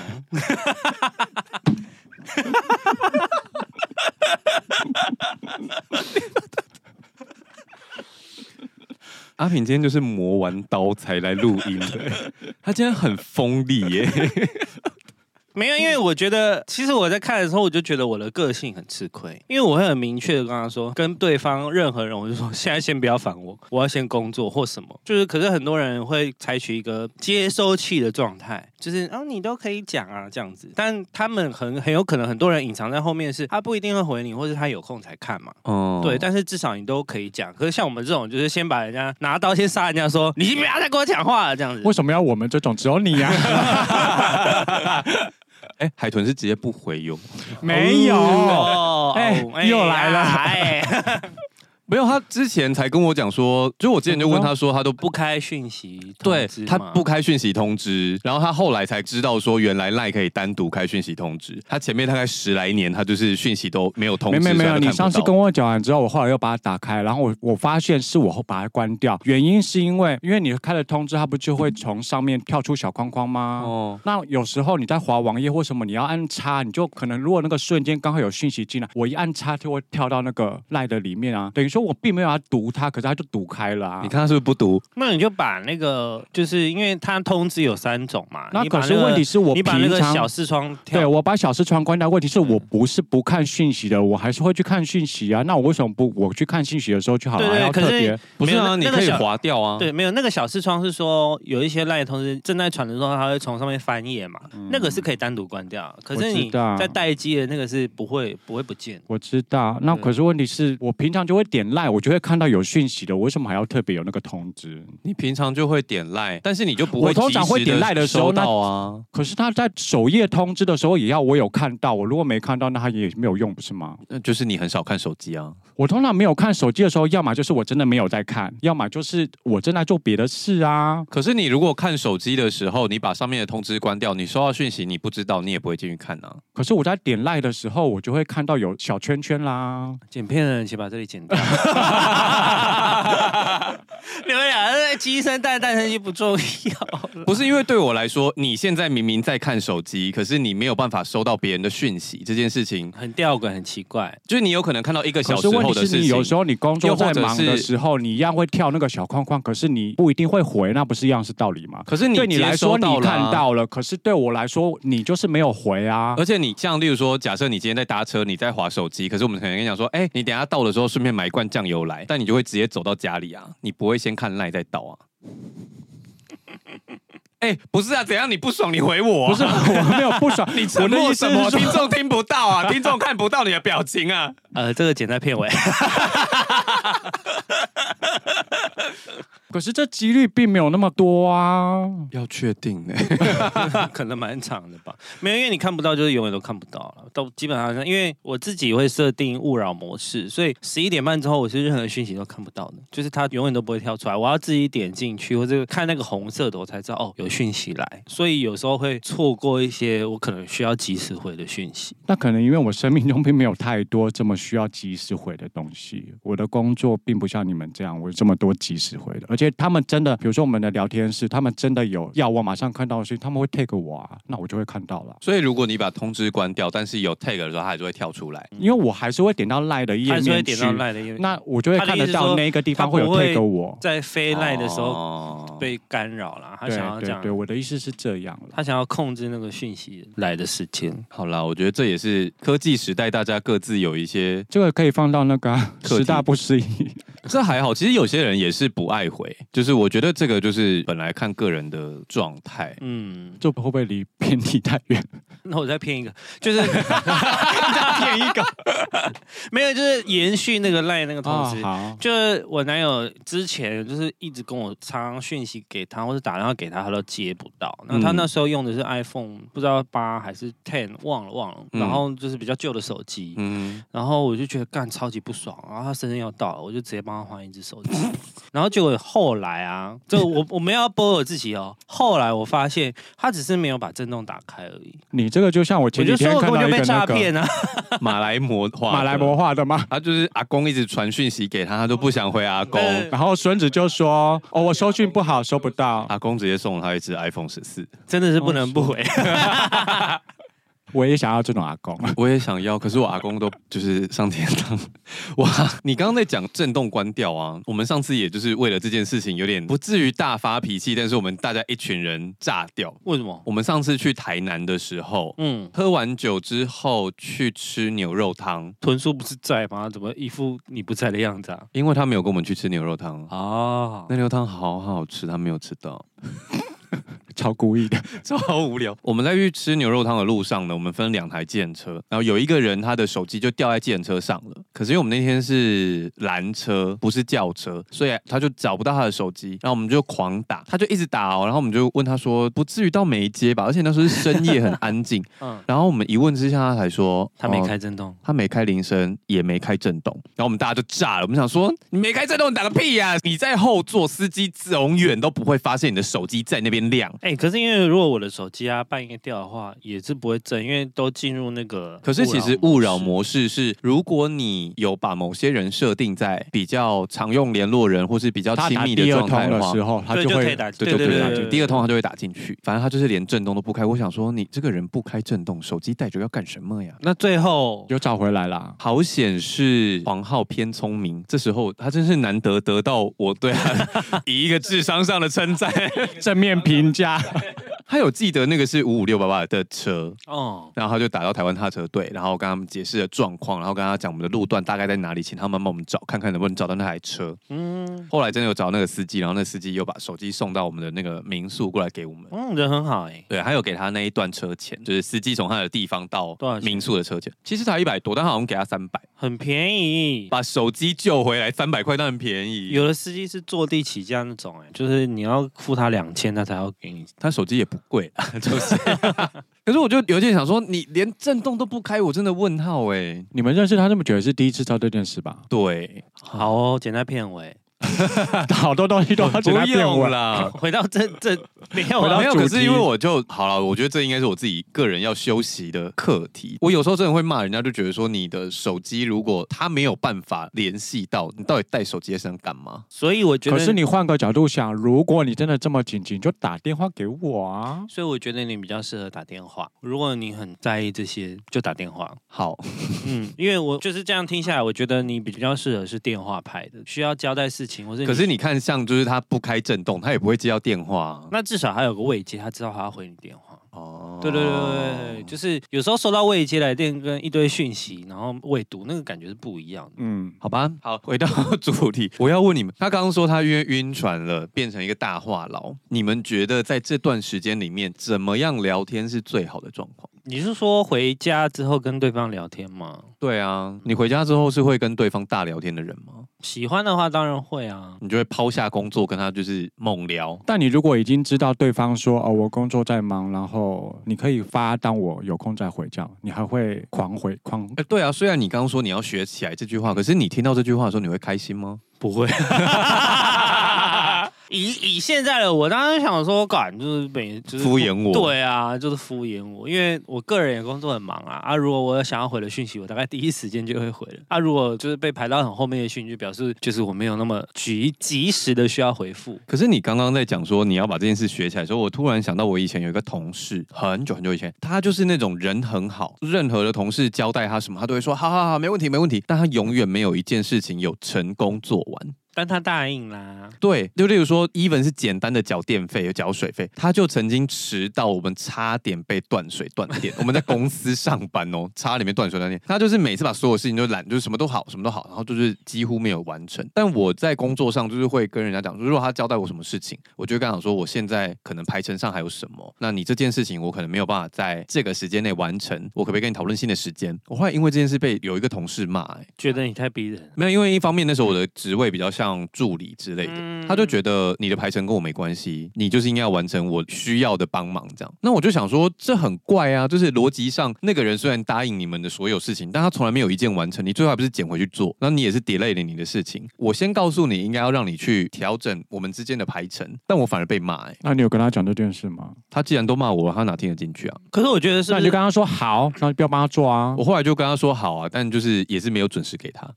Speaker 4: 阿品今天就是磨完刀才来录音的， <laughs> 他今天很锋利耶。
Speaker 1: 没有，因为我觉得，其实我在看的时候，我就觉得我的个性很吃亏，因为我会很明确的跟他说，跟对方任何人，我就说现在先不要烦我，我要先工作或什么。就是，可是很多人会采取一个接收器的状态，就是哦，你都可以讲啊这样子，但他们很很有可能很多人隐藏在后面是，他不一定会回你，或是他有空才看嘛。
Speaker 4: <laughs> 哦
Speaker 1: 对，但是至少你都可以讲。可是像我们这种，就是先把人家拿刀先杀人家说，你不要再跟我讲话了这样子。
Speaker 3: 为什么要我们这种？只有你呀、啊？
Speaker 4: 哎、海豚是直接不回哟，
Speaker 3: 没有。
Speaker 1: 哦
Speaker 3: <laughs> 哎又来了
Speaker 1: 哎
Speaker 4: 没有。他之前才跟我讲说，就我之前就问他说，他都不
Speaker 1: 不开讯息通
Speaker 4: 对
Speaker 1: 知
Speaker 4: 他
Speaker 1: 吗
Speaker 4: 不开讯息通知，然后他后来才知道说，原来赖可以单独开讯息通知。他前面大概十来年，他就是讯息都没有通
Speaker 3: 没
Speaker 4: 知。
Speaker 3: 没没有，你上次跟
Speaker 4: 我
Speaker 3: 我讲完之后，我后来又把它打开，然后我我发现是我把它关掉，原因是因为因为你开了通知，它不就会从上面跳出小框框吗？
Speaker 4: 哦，
Speaker 3: 那有时候你在滑网页或什么，你要按叉，你就可能如果那个瞬间刚好有讯息进来，我一按叉就会跳到那个赖的里面啊，等于说我并没有要读它，可是它就读开了啊。
Speaker 4: 你，看他是不是不读？
Speaker 1: 那你就把那个，就是因为他通知有三种嘛，
Speaker 3: 那
Speaker 1: 你把
Speaker 3: 可是
Speaker 1: 个
Speaker 3: 问题是我
Speaker 1: 你
Speaker 3: 平
Speaker 1: 把那个小
Speaker 3: 常。
Speaker 1: 视窗跳
Speaker 3: 对，我把小视窗关掉。问题是我不是不看讯息的，我还是会去看讯息啊。那我为什么不我去看讯息的时候就好了？
Speaker 1: 对对
Speaker 3: 还要
Speaker 1: 可是
Speaker 3: 特别
Speaker 4: 不是
Speaker 1: 没有
Speaker 4: 啊，
Speaker 1: 那
Speaker 4: 你
Speaker 1: 那个
Speaker 4: 可以
Speaker 1: 小
Speaker 4: 划掉啊。
Speaker 1: 对，没有那个小视窗是说有一些赖通知正在传的时候，它会从上面翻页嘛，那个是可以单独关掉。可是
Speaker 3: 嗯我知
Speaker 1: 你
Speaker 3: 道
Speaker 1: 在待机的那个是不会不会不见。
Speaker 3: 我知道，那
Speaker 4: 嗯
Speaker 1: 对
Speaker 3: 可是问题是我平常就会点赖，我就会看到有讯息的，我为什么还要特别有那个通知？
Speaker 4: 你平常就会点赖，但是你就不会。
Speaker 3: 我通常会点赖的时候那
Speaker 4: 到啊。
Speaker 3: 可是他在首页通知的时候也要我有看到，我如果没看到，那他也没有用，不是吗？
Speaker 4: 那就是你很少看手机啊。
Speaker 3: 我通常没有看手机的时候，要么就是我真的没有在看，要么就是我正在做别的事啊。
Speaker 4: 可是你如果看手机的时候，你把上面的通知关掉，你收到讯息你不知道，你也不会进去看啊。
Speaker 3: 可是我在点赖的时候，我就会看到有小圈圈啦。
Speaker 1: 剪片的人，请把这里剪掉。 <laughs> 你们俩呃在鸡生蛋，蛋生鸡不重要。 <laughs>
Speaker 3: 啊
Speaker 4: 不是因为对我来说，你现在明明在看手机，可是你没有办法收到别人的讯息，这件事情
Speaker 1: 很吊诡，很奇怪。
Speaker 4: 就是你有可能看到一个
Speaker 3: 可
Speaker 4: 小
Speaker 3: 是
Speaker 4: 时
Speaker 3: 问
Speaker 4: 后
Speaker 3: 题
Speaker 4: 的
Speaker 3: 是
Speaker 4: 事
Speaker 3: 你有
Speaker 4: 情。
Speaker 3: 时候你工作
Speaker 4: 又或
Speaker 3: 在
Speaker 4: 者
Speaker 3: 忙的
Speaker 4: 是
Speaker 3: 时候，你一样会跳那个小框框，可是你不一定会回，那不是一样是道理吗？
Speaker 4: 可是
Speaker 3: 对你
Speaker 4: 接
Speaker 3: 来
Speaker 4: 收
Speaker 3: 说你
Speaker 4: 到了啊
Speaker 3: 看到了，可是对我来说你就是没有回啊。
Speaker 1: 呃
Speaker 4: 而且你像，例如说，假设你今天在搭车，你在划手机，可是我们可能跟你讲说，哎、你等一下到的时候顺便买一罐酱油来，但你就会直接走到家里啊，你不会先看赖再到啊。哎、不是啊，怎样你不爽你回我、啊
Speaker 3: 不是，我没有不
Speaker 1: <laughs>
Speaker 3: 爽，
Speaker 4: 你
Speaker 3: 我
Speaker 4: 沉
Speaker 3: 的
Speaker 4: 默
Speaker 3: 意思
Speaker 4: 什
Speaker 3: 是
Speaker 4: 么？
Speaker 3: 说
Speaker 4: 听众听不到啊，听众看不到你的表情
Speaker 3: <laughs>
Speaker 4: 啊。
Speaker 1: 呃，这个剪在片尾。
Speaker 3: 可是这几率并没有那么多啊。
Speaker 4: 要确定呢、
Speaker 3: 欸
Speaker 1: 可能蛮长的吧，没有，因为你看不到，就是永远都看不到了。都基本上是，因为我自己会设定勿扰模式，所以十一点半之后，我是任何讯息都看不到的，就是它永远都不会跳出来。我要自己点进去，或者看那个红色的，我才知道哦有讯息来。所以有时候会错过一些我可能需要及时回的讯息。
Speaker 3: 那可能因为我生命中并没有太多这么需要及时回的东西，我的工作并不像你们这样，我有这么多及时回的。而且他们真的，比如说我们的聊天室，他们真的有要我马上看到的事情，他们会 take 我啊，那我就会看到了。
Speaker 4: 所以如果你把通知关掉，但是有 tag 的时候，它还是会跳出来。
Speaker 3: 因为我还是会点到赖的页
Speaker 1: 嗯还是会
Speaker 3: 面
Speaker 1: 点
Speaker 3: 去
Speaker 1: 到，赖的页面，
Speaker 3: 那我就会
Speaker 1: 他的
Speaker 3: 看
Speaker 1: 意思是
Speaker 3: 得到
Speaker 1: 说
Speaker 3: 那个地
Speaker 1: 他
Speaker 3: 方会有
Speaker 1: 不会
Speaker 3: take 我。
Speaker 1: 在飞赖的时候
Speaker 4: 候
Speaker 1: 被干扰了，他
Speaker 3: 哦对
Speaker 1: 想要这
Speaker 3: 对
Speaker 1: 样
Speaker 3: 对，，我的意思是这样了。
Speaker 1: 他想要控制那个讯息来的时间。
Speaker 4: 好啦，我觉得这也是科技时代，大家各自有一些，
Speaker 3: 这个可以放到那
Speaker 1: <laughs>
Speaker 3: 个啊
Speaker 4: 课题
Speaker 3: 十大不适宜。
Speaker 4: 这还好。其实有些人也是不爱回，就是我觉得这个就是本来看个人的状态。
Speaker 1: 嗯，
Speaker 3: 这会不会离偏题太
Speaker 1: <laughs>
Speaker 3: 远？
Speaker 1: 那我再骗一个，就是 <laughs> 骗一个，没有，就是延续那个赖那个通
Speaker 4: 哦
Speaker 1: 知。
Speaker 3: 好，
Speaker 1: 哦就是我男友之前就是一直跟我常常讯息给他，或者打电话给他，他都接不到。那他
Speaker 4: 嗯
Speaker 1: 那时候用的是 iPhone，不知道八还是 ten，忘了忘了。
Speaker 4: 嗯
Speaker 1: 然后就是比较旧的手机，
Speaker 4: 嗯，
Speaker 1: 然后我就觉得干超级不爽，然后他生日要到了，我就直接帮他换一只手机。 <laughs> 然后结果后来啊，这我我没有要剥我自己哦。后来我发现他只是没有把震动打开而已。
Speaker 3: 你这个就像我
Speaker 1: 我
Speaker 3: 前几
Speaker 1: 就
Speaker 3: 天
Speaker 1: 说我
Speaker 3: 看
Speaker 1: 根
Speaker 3: 到
Speaker 1: 本就
Speaker 3: 一
Speaker 1: 被
Speaker 3: 个那
Speaker 1: 诈
Speaker 3: 个
Speaker 1: 骗啊！
Speaker 4: 马来魔化，
Speaker 3: 马来魔，化的吗？
Speaker 4: 他就是阿公一直传讯息给他，他都不想回阿
Speaker 3: <laughs>
Speaker 4: 公。
Speaker 1: 对
Speaker 3: 然后孙子
Speaker 1: <laughs>
Speaker 3: 就说：“哦，我收讯不好，收不到。
Speaker 4: 阿公直接送了他一只 iPhone 十四，
Speaker 1: 真的是不能不回。
Speaker 3: <laughs> 我也想要这种阿公。
Speaker 4: 我也想要，可是我阿公都就是上天堂。哇，你刚刚在讲震动关掉啊，我们上次也就是为了这件事情有点不至于大发脾气，但是我们大家一群人炸掉。
Speaker 1: <laughs> 为什么？
Speaker 4: 我们上次去台南的时候，
Speaker 1: 嗯，
Speaker 4: 喝完酒之后去吃牛肉汤，
Speaker 1: 豚叔不是在吗？怎么一副你不在的样子啊？
Speaker 4: 因为他没有跟我们去吃牛肉汤。
Speaker 1: 哦 <laughs>
Speaker 4: 那，牛肉汤好好吃，他没有吃到，
Speaker 3: 超故意的，
Speaker 4: 超无聊。我们在去吃牛肉汤的路上呢，我们分两台电车，然后有一个人他的手机就掉在电车上了。可是因为我们那天是拦车，不是轿车，所以他就找不到他的手机，然后我们就狂打，他就一直打哦。然后我们就问他说，不至于到没接吧？而且那时候是深夜，很安静。
Speaker 1: 嗯，
Speaker 4: 然后我们一问之下，他才说
Speaker 1: 他没
Speaker 4: 哦
Speaker 1: 开震动，
Speaker 4: 他没开铃声，也没开震动，然后我们大家就炸了。我们想说，你没开震动，你打个屁呀、你在后座，司机永远都不会发现你的手机在那边亮。
Speaker 1: 哎、可是因为如果我的手机啊半夜掉的话，也是不会震，因为都进入那个。
Speaker 4: 可是其实勿扰，模式是，如果你有把某些人设定在比较常用联络人或是比较
Speaker 3: 他
Speaker 4: 亲
Speaker 3: 打
Speaker 4: 密
Speaker 3: 第二
Speaker 4: 状
Speaker 3: 通
Speaker 4: 态
Speaker 3: 的
Speaker 4: 话
Speaker 3: 时。候，他
Speaker 1: 对，
Speaker 3: 就
Speaker 1: 就可以
Speaker 3: 会
Speaker 1: 打，
Speaker 4: 对，
Speaker 1: 对
Speaker 4: 就
Speaker 1: 对
Speaker 4: 可以
Speaker 1: 对
Speaker 4: 打
Speaker 1: 对
Speaker 4: 进去。第二通他就会打进去，反正他就是连震动都不开。我想说，你这个人不开震动，手机带着要干什么呀？
Speaker 1: 那最后
Speaker 3: 有找回来啦。
Speaker 4: 好险是黄浩偏聪明，这时候他真是难得得到我对他 <laughs> 以一个智商上的称赞。
Speaker 3: 正面
Speaker 1: <laughs>
Speaker 3: 评价，
Speaker 4: 他有记得那个是五五六八八的车，
Speaker 1: 哦，
Speaker 4: 然后他就打到台湾踏车队，然后跟他们解释了状况，然后跟他讲我们的路段大概在哪里，请他们帮我们找，看看能不能找到那台车。
Speaker 1: 嗯
Speaker 4: 后来真的有找到那个司机，然后那司机又把手机送到我们的那个民宿过来给我们。
Speaker 1: 嗯，人很好哎、
Speaker 4: 对，还有给他那一段车钱，就是司机从他的地方到
Speaker 1: 多少钱
Speaker 4: 民宿的车钱，其实才一百多，但他好像给他三百，
Speaker 1: 很便宜。
Speaker 4: 把手机救回来三百块，当然便宜。
Speaker 1: 有的司机是坐地起价那种、哎，就是你要付他两千，他才要给你
Speaker 4: 他手机也不 <laughs> 贵啦，就是。可是我就有点想说，你连震动都不开，我真的问号哎、
Speaker 1: <laughs>
Speaker 3: 你们认识他这么久也是第一次知道这件事吧？
Speaker 4: 对，
Speaker 1: 好哦，剪在片尾。
Speaker 3: 好多东西都要简单变
Speaker 4: 用
Speaker 3: 完。
Speaker 4: 啦。
Speaker 1: 回到这这没有
Speaker 3: 回
Speaker 1: 啊
Speaker 3: 到
Speaker 4: 哦没有，
Speaker 3: 主
Speaker 4: 可是因为
Speaker 3: 题
Speaker 4: 我就好了，我觉得这应该是我自己个人要修习的课题。我有时候真的会骂人家，就觉得说你的手机如果它没有办法联系到，你到底带手机在身上干嘛？
Speaker 1: 所以我觉
Speaker 3: 可
Speaker 1: 得
Speaker 3: 是你换个角度想，如果你真的这么紧急，你就打电话给我啊。
Speaker 1: 所以我觉得你比较适合打电话。如果你很在意这些，就打电话。
Speaker 4: 好，
Speaker 1: 嗯，因为我就是这样听下来，我觉得你比较适合是电话派的，需要交代事情，或是
Speaker 4: 可是你看，像就是它不开震动，它也不会接到电话。
Speaker 1: 那至少还有个慰藉，他知道他要回你电话。
Speaker 4: 哦
Speaker 1: 对对对对对，就是有时候收到未接来电跟一堆讯息，然后未读，那个感觉是不一样的。
Speaker 3: 嗯，
Speaker 4: 好吧，好，回到主题，我要问你们，他刚刚说他约晕船了，变成一个大话痨，你们觉得在这段时间里面，怎么样聊天是最好的状况？
Speaker 1: 你是说回家之后跟对方聊天吗？
Speaker 4: 对啊，你回家之后是会跟对方大聊天的人吗？
Speaker 1: 喜欢的话当然会啊。
Speaker 4: 你就会抛下工作跟他就是猛聊，
Speaker 3: 但你如果已经知道对方说哦，我工作在忙，然后你可以发，当我有空再回叫，你还会狂回狂
Speaker 4: 哎、对啊，虽然你刚刚说你要学起来这句话，可是你听到这句话的时候，你会开心吗？
Speaker 1: 不会。 <laughs> 以以现在的我，当然想说，敢就是每就是
Speaker 4: 敷衍我
Speaker 1: 对啊，就是敷衍我，因为我个人也工作很忙啊啊。如果我有想要回的讯息，我大概第一时间就会回了啊。如果就是被排到很后面的讯息，就表示就是我没有那么及及时的需要回复。
Speaker 4: 可是你刚刚在讲说你要把这件事学起来的时候，我突然想到我以前有一个同事，很久很久以前，他就是那种人很好，任何的同事交代他什么，他都会说好好好，没问题没问题，但他永远没有一件事情有成功做完。
Speaker 1: 但他答应啦，
Speaker 4: 对，就例如说，even 是简单的缴电费、缴水费，他就曾经迟到，我们差点被断水断电。我们在公司上班哦，差点被断水断电。他就是每次把所有事情都揽，就是什么都好，什么都好，然后就是几乎没有完成。但我在工作上就是会跟人家讲，如果他交代我什么事情，我就会跟他讲说，我现在可能排程上还有什么，那你这件事情我可能没有办法在这个时间内完成，我可不可以跟你讨论新的时间？我后来因为这件事被有一个同事骂、哎
Speaker 1: 觉得你太逼人了。
Speaker 4: 没有，因为一方面那时候我的职位比较像助理之类的，
Speaker 1: 嗯
Speaker 4: 他就觉得你的排程跟我没关系，你就是应该要完成我需要的帮忙这样。那我就想说，这很怪啊，就是逻辑上那个人虽然答应你们的所有事情，但他从来没有一件完成，你最后还不是捡回去做？那你也是 delay 了你的事情。我先告诉你，应该要让你去调整我们之间的排程，但我反而被骂、欸。
Speaker 3: 那你有跟他讲这件事吗？
Speaker 4: 他既然都骂我了，他哪听得进去啊？
Speaker 1: 可是我觉得是
Speaker 3: 那
Speaker 1: 不
Speaker 3: 你就是跟他说好，那就不要帮他做啊
Speaker 4: 我。后来就跟他说好啊，但就是也是没有准时给他。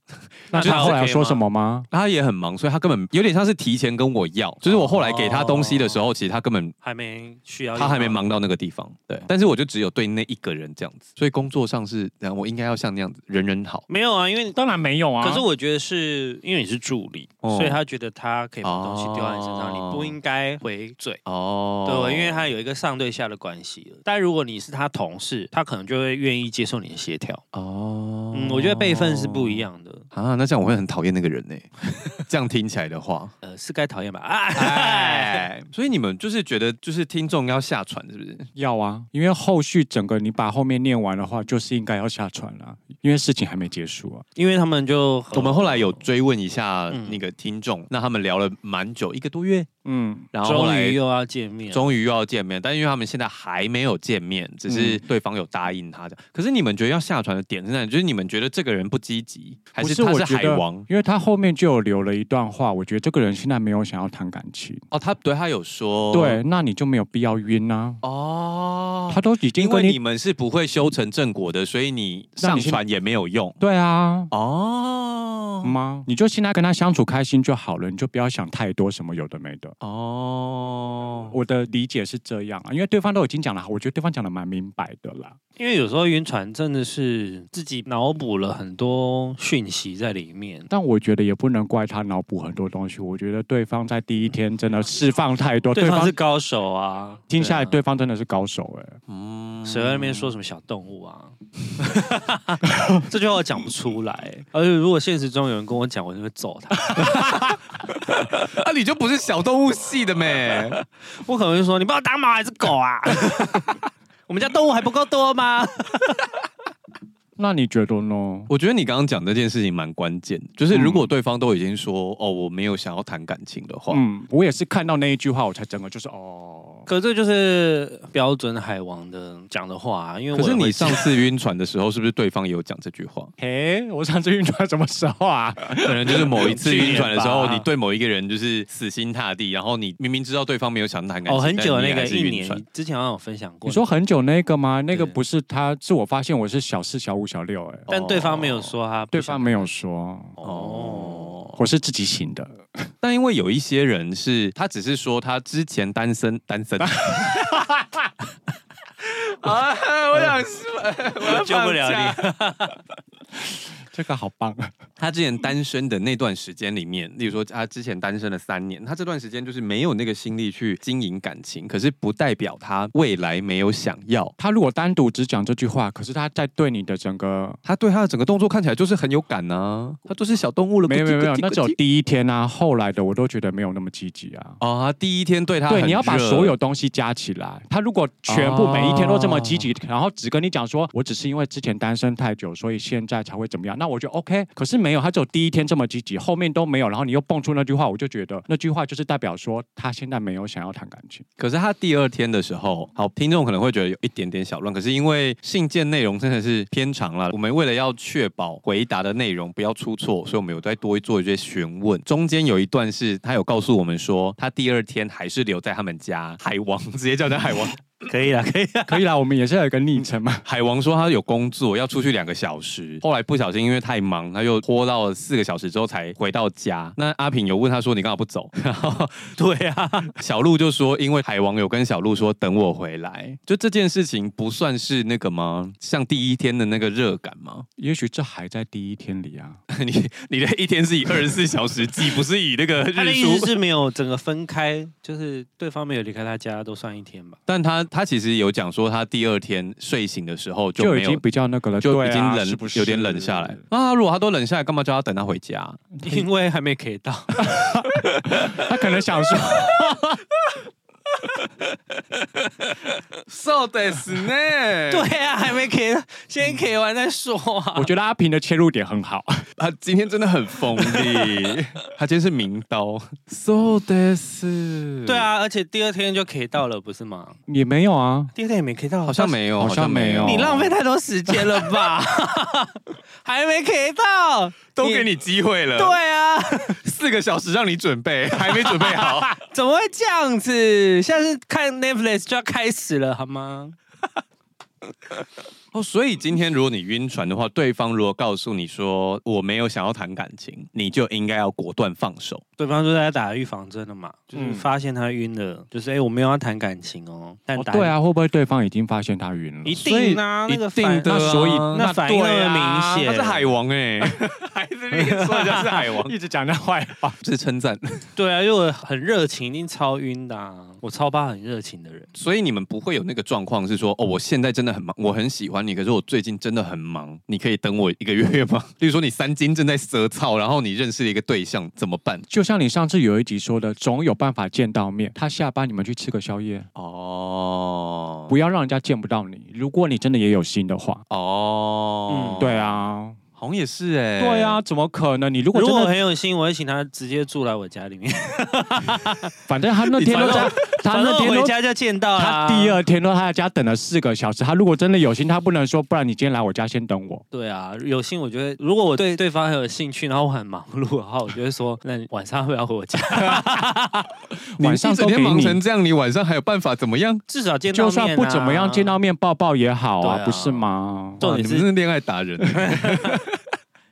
Speaker 3: 那
Speaker 1: 就是
Speaker 3: 他后来有
Speaker 1: OK
Speaker 3: 说
Speaker 1: 吗
Speaker 3: 什么吗？
Speaker 4: 他也很忙，所以他根本有点像是提前跟我要，就是我后来给他东西的时候，其实他根本
Speaker 1: 还没需要用到，
Speaker 4: 他还没忙到那个地方，对。但是我就只有对那一个人这样子，所以工作上是，然后我应该要像那样子，人人好。
Speaker 1: 没有啊，因为你
Speaker 3: 当然没有啊
Speaker 1: 可是我觉得是因为你是助理，
Speaker 4: 哦
Speaker 1: 所以他觉得他可以把东西丢在你身上，
Speaker 4: 哦
Speaker 1: 你不应该回嘴。
Speaker 4: 哦，
Speaker 1: 对，因为他有一个上对下的关系了。但如果你是他同事，他可能就会愿意接受你的协调。
Speaker 4: 哦
Speaker 1: 嗯，我觉得辈分是不一样的。
Speaker 4: 啊，那这样我会很讨厌那个人呢。 <laughs> 这样听起来的话，
Speaker 1: 呃，是该讨厌吧？
Speaker 4: <laughs>
Speaker 1: 哎，嗯
Speaker 4: 哎， <laughs> 所以你们就是觉得就是听众要下船是不是？
Speaker 3: 要啊，因为后续整个你把后面念完的话，就是应该要下船了，因为事情还没结束啊。
Speaker 1: 因为他们就
Speaker 4: 我们后来有追问一下
Speaker 1: 嗯
Speaker 4: 那个听众，那他们聊了蛮久，一个多月，
Speaker 3: 嗯，
Speaker 4: 然后后
Speaker 1: 终
Speaker 4: 来
Speaker 1: 于又要见面，
Speaker 4: 终于又要见面，但因为他们现在还没有见面，只是对方有答应他的。可是你们觉得要下船的点是哪里？就是你们觉得这个人不积极，还
Speaker 3: 不
Speaker 4: 是
Speaker 3: 是
Speaker 4: 他
Speaker 3: 我
Speaker 4: 是
Speaker 3: 觉
Speaker 4: 海
Speaker 3: 得
Speaker 4: 王？
Speaker 3: 因为他后面就有留了一段话，我觉得这个人现在没有想要谈感情，
Speaker 4: 哦，他对他有说，
Speaker 3: 对，那你就没有必要晕啊。
Speaker 4: 哦
Speaker 3: 他，都已经
Speaker 4: 因为
Speaker 3: 跟
Speaker 4: 你
Speaker 3: 你，
Speaker 4: 们是不会修成正果的，所以你
Speaker 3: 那
Speaker 4: 上
Speaker 3: 你是
Speaker 4: 船也没有用
Speaker 3: 对啊，
Speaker 4: 哦。
Speaker 3: 吗？你就现在跟他相处开心就好了，你就不要想太多什么有的没的。
Speaker 4: 哦，
Speaker 3: 我的理解是这样啊，因为对方都已经讲了，我觉得对方讲的蛮明白的啦。
Speaker 1: 因为有时候晕船真的是自己脑补了很多讯息在里面。
Speaker 4: 哦
Speaker 3: 但我觉得也不能怪他脑补很多东西，我觉得对方在第一天真的释放太多，对
Speaker 1: 对方
Speaker 3: 方
Speaker 1: 是高手啊，
Speaker 3: 听下来，
Speaker 1: 对
Speaker 3: 对方真的是高手哎、
Speaker 4: 嗯
Speaker 1: 啊，谁在那边说什么小动物啊？这句话我讲不出来。而且如果现实中有人跟我讲，我就会揍他。 <laughs>
Speaker 4: 啊？你就不是小动物系的咩？
Speaker 1: 我可能会说：“你把我当猫还是狗啊？ <laughs> 我们家动物还不够多吗
Speaker 3: 那你觉得呢？
Speaker 4: <laughs> 我觉得你刚刚讲这件事情蛮关键，就是如果对方都已经说、哦我没有想要谈感情的话，
Speaker 3: 嗯嗯，我也是看到那一句话，我才整个就是哦，哦。
Speaker 1: 可这就是标准海王的讲的话、啊，因为
Speaker 4: 可
Speaker 1: 我
Speaker 4: 是
Speaker 1: 也会
Speaker 4: 你上次晕船的时候，是不是对方有讲这句话？
Speaker 3: 嘿，我上次晕船什么时
Speaker 1: <laughs>
Speaker 3: 候啊？
Speaker 4: 可能就是某一次晕船的时
Speaker 1: 去年
Speaker 4: 候，
Speaker 1: 吧
Speaker 4: 你对某一个人就是死心塌地，然后你明明知道对方没有想谈感情，
Speaker 1: 哦很久的
Speaker 4: 但你
Speaker 1: 那
Speaker 4: 还
Speaker 1: 个
Speaker 4: 是
Speaker 1: 一
Speaker 4: 晕
Speaker 1: 年，
Speaker 4: 船
Speaker 1: 你。之前好像有分享过，
Speaker 3: 你说很久那个吗？那个
Speaker 1: 对
Speaker 3: 不是他，是我发现我是小四、小五、小六、哎，
Speaker 1: 但对方没有说他不
Speaker 3: 对
Speaker 1: 想
Speaker 3: 方没有说，
Speaker 1: 哦，
Speaker 3: 我是自己醒的。
Speaker 4: 但因为有一些人是他只是说他之前单身，单 <laughs> 身啊，我想
Speaker 1: 我救不了你。
Speaker 3: 这个好棒，啊
Speaker 4: 他之前单身的那段时间里面，例如说他之前单身了三年，他这段时间就是没有那个心力去经营感情，可是不代表他未来没有想要。
Speaker 3: 他如果单独只讲这句话，可是他在对你的整个
Speaker 4: 他对他的整个动作看起来就是很有感啊，他就是小动物了。
Speaker 3: 没有没有没有
Speaker 4: 咕叽咕叽咕叽
Speaker 3: 那种第一天啊，后来的我都觉得没有那么积极啊。
Speaker 4: 啊，他第一天对他
Speaker 3: 对，
Speaker 4: 很
Speaker 3: 你要把
Speaker 4: 热
Speaker 3: 所有东西加起来。他如果全部每一天都这么积极，然后只跟你讲说，我只是因为之前单身太久，所以现在才会怎么样，那我就 OK。可是没有，他只有第一天这么积极，后面都没有，然后你又蹦出那句话，我就觉得那句话就是代表说他现在没有想要谈感
Speaker 4: <laughs>
Speaker 3: 情。
Speaker 4: 可是他第二天的时候，好，听众可能会觉得有一点点小乱，可是因为信件内容真的是偏长了，我们为了要确保回答的内容不要出错，所以我们有再多做一些询问。中间有一段是他有告诉我们说，他第二天还是留在他们家，海王 <laughs> 直接叫他海王。
Speaker 1: 可以了，可以了。
Speaker 3: 可以啦，我们也是有一个昵称嘛。
Speaker 4: 海王说他有工作要出去两个小时，后来不小心因为太忙，他又拖到了四个小时之后才回到家。那阿平有问他说你干嘛不走？ <laughs> 然后
Speaker 1: 对啊，
Speaker 4: 小鹿就说，因为海王有跟小鹿说等我回来，就这件事情不算是那个吗？像第一天的那个热感吗？
Speaker 3: 也许这还在第一天里啊。
Speaker 4: 你你的一天是以二十四小时计，不是以那个
Speaker 1: <laughs> 他的
Speaker 4: 日
Speaker 1: 意思
Speaker 4: 出。
Speaker 1: 是没有整个分开，就是对方没有离开他家都算一天吧。
Speaker 4: 但他他其实有讲说，他第二天睡醒的时候就
Speaker 3: 就
Speaker 4: 没
Speaker 3: 已经
Speaker 4: 有。
Speaker 3: 比较那个了，
Speaker 4: 就
Speaker 3: 对
Speaker 4: 已经
Speaker 3: 啊
Speaker 4: 冷，
Speaker 3: 是不是
Speaker 4: 有点冷下来。啊！如果他都冷下来，干嘛叫他等他回家？
Speaker 1: 因为还没给到，
Speaker 3: <laughs> 他可能想说，
Speaker 4: So this 呢？
Speaker 1: <laughs> 对啊，还没给，先给完再说啊。
Speaker 3: 我觉得阿平的切入点很好，
Speaker 4: <laughs>
Speaker 3: <laughs>
Speaker 4: 他今天真的很锋 <laughs> 利，他今天是名刀。So this，
Speaker 1: <laughs> 对，啊，而且第二天就可以到了，不是吗？
Speaker 3: 也没有啊。
Speaker 1: 第二天也没哦 K 到，
Speaker 4: 好像没有，
Speaker 3: 好像没有
Speaker 1: 你浪费太多时间了 <laughs> 吧？还没 K 到，
Speaker 4: 都给你机会了，
Speaker 1: 对，啊，
Speaker 4: 四个小时让你准备，还没准备好。
Speaker 1: 怎么会这样子？下次看 Netflix 就要开始了，好吗？
Speaker 4: <laughs> 哦，所以今天如果你晕船的话，对方如果告诉你说我没有想要谈感情，你就应该要果断放手。
Speaker 1: 对方说在打预防针了嘛，就是
Speaker 3: 嗯
Speaker 1: 发现他晕了，就是哎、我没有要谈感情哦，但
Speaker 3: 哦
Speaker 1: 打、
Speaker 3: 对，啊，会不会对方已经发现他晕了？
Speaker 1: 一定啊，
Speaker 4: 所
Speaker 1: 那
Speaker 4: 以
Speaker 1: 个
Speaker 4: 一定的
Speaker 1: 反
Speaker 3: 那
Speaker 4: 啊，
Speaker 3: 所以
Speaker 1: 那
Speaker 3: 那
Speaker 1: 反应
Speaker 3: 对
Speaker 1: 那
Speaker 3: 啊
Speaker 1: 么明显，
Speaker 4: 他是海王哎、 <laughs> 还是那个说人家是海王， <laughs>
Speaker 3: 一直讲他坏话，
Speaker 4: 是称赞。
Speaker 1: 对啊，因为我很热情，一定超晕的、啊，我超怕很热情的人。
Speaker 4: 所以你们不会有那个状况是说，哦，我现在真的很忙，我很喜欢你，可是我最近真的很忙，你可以等我一个月吗？ <laughs> 例如说你三金正在舌操，然后你认识了一个对象，怎么办？
Speaker 3: 就像你上次有一集说的，总有办法见到面。他下班你们去吃个宵夜，
Speaker 4: 哦，
Speaker 3: 不要让人家见不到你。如果你真的也有心的话，
Speaker 4: 哦，
Speaker 1: 嗯
Speaker 3: 对，啊，
Speaker 4: 好像也是哎、
Speaker 3: 对啊，，怎么可能？你如果
Speaker 1: 如
Speaker 3: 真
Speaker 1: 果
Speaker 3: 的，
Speaker 1: 很有心，我会请他直接住来我家里面，
Speaker 3: 反正他那天都在， <laughs> 他
Speaker 1: 反正
Speaker 3: 那
Speaker 1: 我
Speaker 3: 天
Speaker 1: 回
Speaker 3: 都。
Speaker 1: 家就见到啦
Speaker 4: 啊
Speaker 3: 他第二天都他在家等了四个小时。他如果真的有心，他不能说，不然你今天来我家先等我。
Speaker 1: 对啊，有幸我觉得，如果我对对方很有兴趣，然后我很忙碌的话，我就会说，那你晚上要不要回
Speaker 3: <laughs>
Speaker 1: 我家？
Speaker 3: 晚上
Speaker 4: 你一整
Speaker 3: 都给
Speaker 4: 天忙
Speaker 3: 你
Speaker 4: 成这样，你晚上还有办法怎么样？
Speaker 1: 至少见到面、
Speaker 3: 就
Speaker 1: 啊，
Speaker 3: 算不怎么样，见到面抱抱也好
Speaker 1: 对
Speaker 3: 啊，
Speaker 1: 啊
Speaker 3: 不是吗？
Speaker 1: 重
Speaker 4: 哇
Speaker 1: 点
Speaker 4: 你
Speaker 1: 是
Speaker 4: 们真是恋爱达人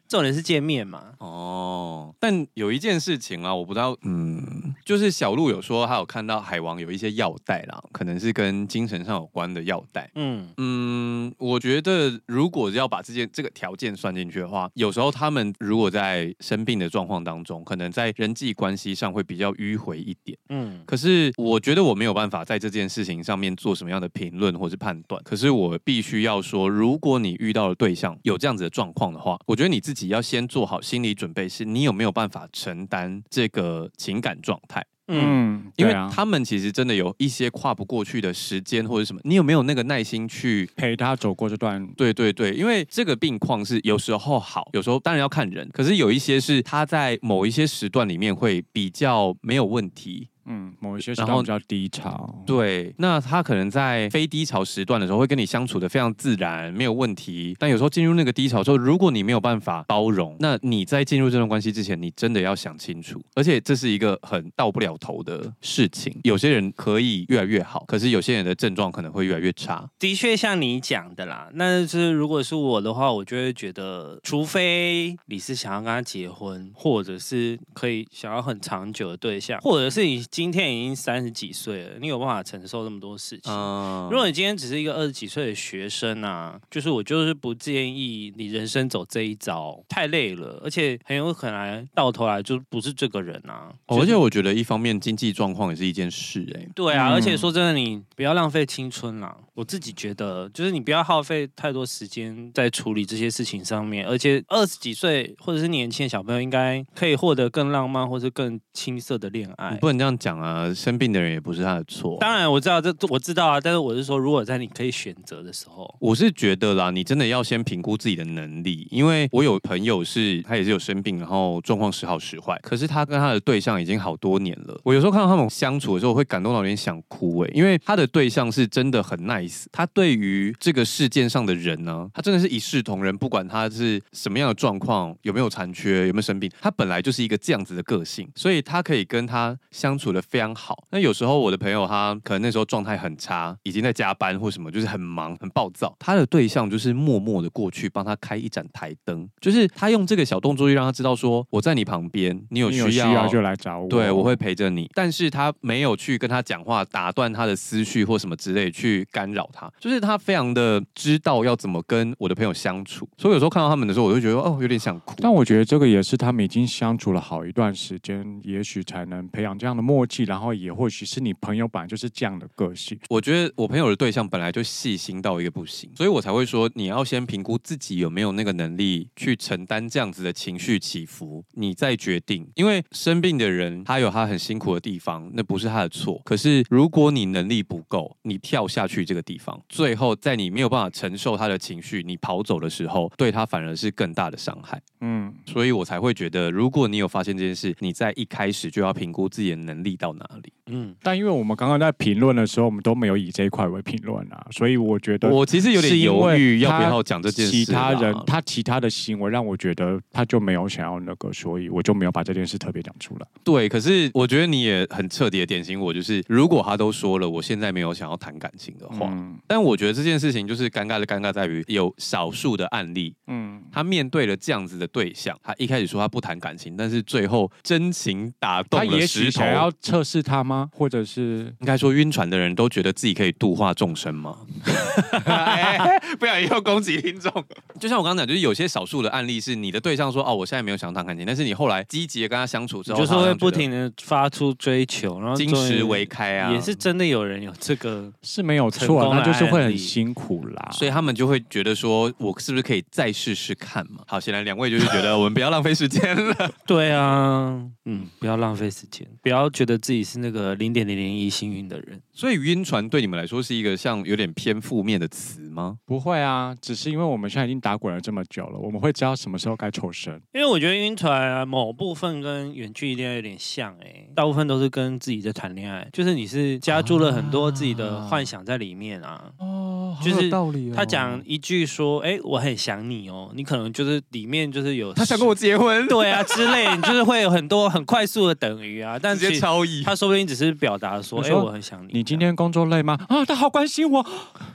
Speaker 1: 重点是见面嘛。
Speaker 4: 哦。但有一件事情啊，我不知道，嗯，就是小鹿有说他有看到海王有一些药袋啦，可能是跟精神上有关的药袋。
Speaker 1: 嗯，
Speaker 4: 嗯，我觉得如果要把这件这个条件算进去的话，有时候他们如果在生病的状况当中，可能在人际关系上会比较迂回一点。
Speaker 1: 嗯，
Speaker 4: 可是我觉得我没有办法在这件事情上面做什么样的评论或是判断。可是我必须要说，如果你遇到的对象有这样子的状况的话，我觉得你自己要先做好心理准备，是你有没有办法承担这个情感状态。
Speaker 1: 嗯
Speaker 3: 嗯，
Speaker 4: 因为
Speaker 3: 对啊
Speaker 4: 他们其实真的有一些跨不过去的时间或者什么，你有没有那个耐心去
Speaker 3: 陪他走过这段，
Speaker 4: 对对对，因为这个病况是有时候好，有时候当然要看人，可是有一些是他在某一些时段里面会比较没有问题。
Speaker 3: 嗯，某一些时
Speaker 4: 然
Speaker 3: 段
Speaker 4: 后
Speaker 3: 比较低潮，
Speaker 4: 对，那他可能在非低潮时段的时候会跟你相处的非常自然，没有问题。但有时候进入那个低潮之后，如果你没有办法包容，那你在进入这段关系之前，你真的要想清楚。而且这是一个很到不了头的事情。有些人可以越来越好，可是有些人的症状可能会越来越差。
Speaker 1: 的确像你讲的啦，那是如果是我的话，我就会觉得，除非你是想要跟他结婚，或者是可以想要很长久的对象，或者是你今天已经三十几岁了，你有办法承受这么多事情。
Speaker 4: 嗯，
Speaker 1: 如果你今天只是一个二十几岁的学生啊，就是我就是不建议你人生走这一招，太累了，而且很有可能到头来就不是这个人啊。
Speaker 4: 哦而
Speaker 1: 就是
Speaker 4: 且我觉得一方面经济状况也是一件事、欸，
Speaker 1: 对啊，
Speaker 3: 嗯
Speaker 1: 而且说真的，你不要浪费青春啦。我自己觉得，就是你不要耗费太多时间在处理这些事情上面。而且二十几岁或者是年轻的小朋友，应该可以获得更浪漫或是更青涩的恋
Speaker 4: 你
Speaker 1: 爱。
Speaker 4: 不能这样讲啊，生病的人也不是他的错。
Speaker 1: 当然我知道这我知道啊，但是我是说，如果在你可以选择的时候，
Speaker 4: 我是觉得啦，你真的要先评估自己的能力，因为我有朋友是他也是有生病，然后状况时好时坏，可是他跟他的对象已经好多年了。我有时候看到他们相处的时候，我会感动到有点想哭诶、欸因为他的对象是真的很 nice，他对于这个事件上的人呢、他真的是一视同仁，不管他是什么样的状况，有没有残缺，有没有生病，他本来就是一个这样子的个性，所以他可以跟他相处的非常好。那有时候我的朋友他可能那时候状态很差，已经在加班或什么，就是很忙很暴躁，他的对象就是默默的过去帮他开一盏台灯，就是他用这个小动作就让他知道说我在你旁边，你有
Speaker 3: 你
Speaker 4: 需
Speaker 3: 有
Speaker 4: 要
Speaker 3: 需要就来找我，
Speaker 4: 对，我会陪着你，但是他没有去跟他讲话，打断他的思绪或什么之类去干扰他，就是他非常的知道要怎么跟我的朋友相处，所以有时候看到他们的时候，我就觉得哦，有点想哭。
Speaker 3: 但我觉得这个也是他们已经相处了好一段时间，也许才能培养这样的默契，然后也或许是你朋友本来就是这样的个性。
Speaker 4: 我觉得我朋友的对象本来就细心到一个不行，所以我才会说你要先评估自己有没有那个能力去承担这样子的情绪起伏，你再决定。因为生病的人他有他很辛苦的地方，那不是他的错。可是如果你能力不够，你跳下去这个地方，最后在你没有办法承受他的情绪，你跑走的时候，对他反而是更大的伤害。
Speaker 3: 嗯，
Speaker 4: 所以我才会觉得，如果你有发现这件事，你在一开始就要评估自己的能力到哪里。
Speaker 1: 嗯，
Speaker 3: 但因为我们刚刚在评论的时候，我们都没有以这一块为评论啊，所以我觉得
Speaker 4: 我其实有
Speaker 3: 是
Speaker 4: 点
Speaker 3: 因
Speaker 4: 犹
Speaker 3: 为
Speaker 4: 豫要不
Speaker 3: 他
Speaker 4: 要讲这件事啊啦。
Speaker 3: 其他人他其他的行为让我觉得他就没有想要那个，所以我就没有把这件事特别讲出来。
Speaker 4: 对，可是我觉得你也很彻底的点醒我，就是如果他都说了，我现在没有想要谈感情的话。
Speaker 3: 嗯
Speaker 4: 但我觉得这件事情就是尴尬的尴尬在于，有少数的案例，
Speaker 3: 嗯，
Speaker 4: 他面对了这样子的对象，他一开始说他不谈感情，但是最后真情打动
Speaker 3: 他
Speaker 4: 了
Speaker 3: 也
Speaker 4: 石
Speaker 3: 许
Speaker 4: 头
Speaker 3: 想。要测试他吗？或者是
Speaker 4: 应该说，晕船的人都觉得自己可以度化众生吗？ <laughs> 哎不小心又攻击听众。就像我刚刚讲，就是有些少数的案例是你的对象说哦，我现在没有想谈感情，但是你后来积极的跟他相处之
Speaker 1: 你
Speaker 4: 后，
Speaker 1: 就是
Speaker 4: 他好
Speaker 1: 会
Speaker 4: 像觉
Speaker 1: 不
Speaker 4: 得
Speaker 1: 停的发出追求，然后
Speaker 4: 金
Speaker 1: 终于
Speaker 4: 石为开啊，
Speaker 1: 也是真的有人有这
Speaker 4: <laughs>
Speaker 1: 个，
Speaker 3: 是没有
Speaker 1: 成
Speaker 3: 错
Speaker 1: 功
Speaker 3: 啊，
Speaker 1: 的
Speaker 3: 那就是会
Speaker 1: 案例
Speaker 3: 很辛苦啦。
Speaker 4: 所以他们就会觉得说，我是不是可以再试试看嘛？好，显然两位就是觉得我们不要浪费时间了。
Speaker 1: 对啊，嗯，不要浪费时间，不要觉得自己是那个零点零零一幸运的人。
Speaker 4: <laughs> 所以晕船对你们来说是一个像有点偏负面的词吗？
Speaker 3: 不会啊，只是因为我们现在已经打滚了这么久了，我们会知道什么时候该抽身。
Speaker 1: 因为我觉得晕船啊，某部分跟远距离恋爱有点像哎、大部分都是跟自己在谈恋爱，就是你是加注了很多自己的幻想在里面啊。
Speaker 4: 啊哦
Speaker 1: 好有就是
Speaker 4: 道理
Speaker 1: 他讲一句说：“哎、我很想你哦。”你可能就是里面就是有
Speaker 4: 他想跟我结婚，
Speaker 1: 对啊之类，你就是会有很多很快速的等于啊，但
Speaker 4: <laughs> 直接
Speaker 1: 是
Speaker 4: 超意。
Speaker 1: 他说不定只是表达说：“
Speaker 3: 你
Speaker 1: 哎、
Speaker 3: 说
Speaker 1: 我很想你。”
Speaker 3: 你今天工作累吗？啊，他好关心我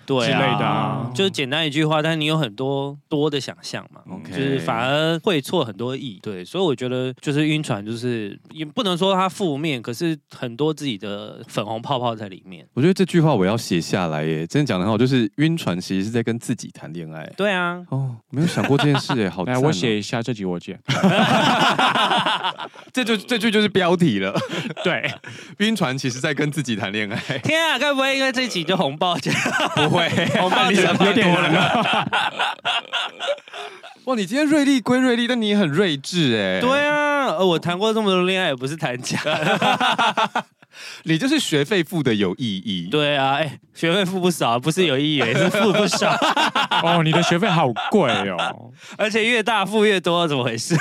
Speaker 1: 对
Speaker 3: 之
Speaker 1: 啊
Speaker 3: 类的啊，
Speaker 1: 就是简单一句话，但你有很多多的想象嘛。
Speaker 3: 嗯
Speaker 4: OK
Speaker 1: 就是反而会错很多意，对，所以我觉得就是晕船，就是也不能说它负面，可是很多自己的粉红泡泡在里面。
Speaker 4: 我觉得这句话我要写下来耶，真的讲得很好，就是晕船其实是在跟自己谈恋爱。
Speaker 1: 对啊，
Speaker 4: 哦，没有想过这件事 <laughs> 哎，好赞
Speaker 3: 来，
Speaker 4: 哦、
Speaker 3: 我写一下这集我剪。
Speaker 4: 这就这句就是标题了。 <laughs>
Speaker 3: <laughs> 对，
Speaker 4: 晕船其实在跟自己谈恋 <laughs> 爱，
Speaker 1: 天啊，该不会因为这集就红爆
Speaker 3: <laughs>
Speaker 1: 奖？
Speaker 4: 不会，
Speaker 1: 红爆 <laughs> 奖
Speaker 3: 有点难啊。
Speaker 4: <laughs> 哇，你今天锐利归锐利，但你也很睿智哎。
Speaker 1: 对啊，呃我谈过这么多恋爱，也不是谈假。
Speaker 4: 你就是学费付的有意义。
Speaker 1: <laughs> 对啊，哎，学费付不少，不是有意义，
Speaker 3: <laughs>
Speaker 1: 是付不少，
Speaker 3: <laughs> 哦，你的学费好贵哦。
Speaker 1: 而且越大付越多，怎么回事？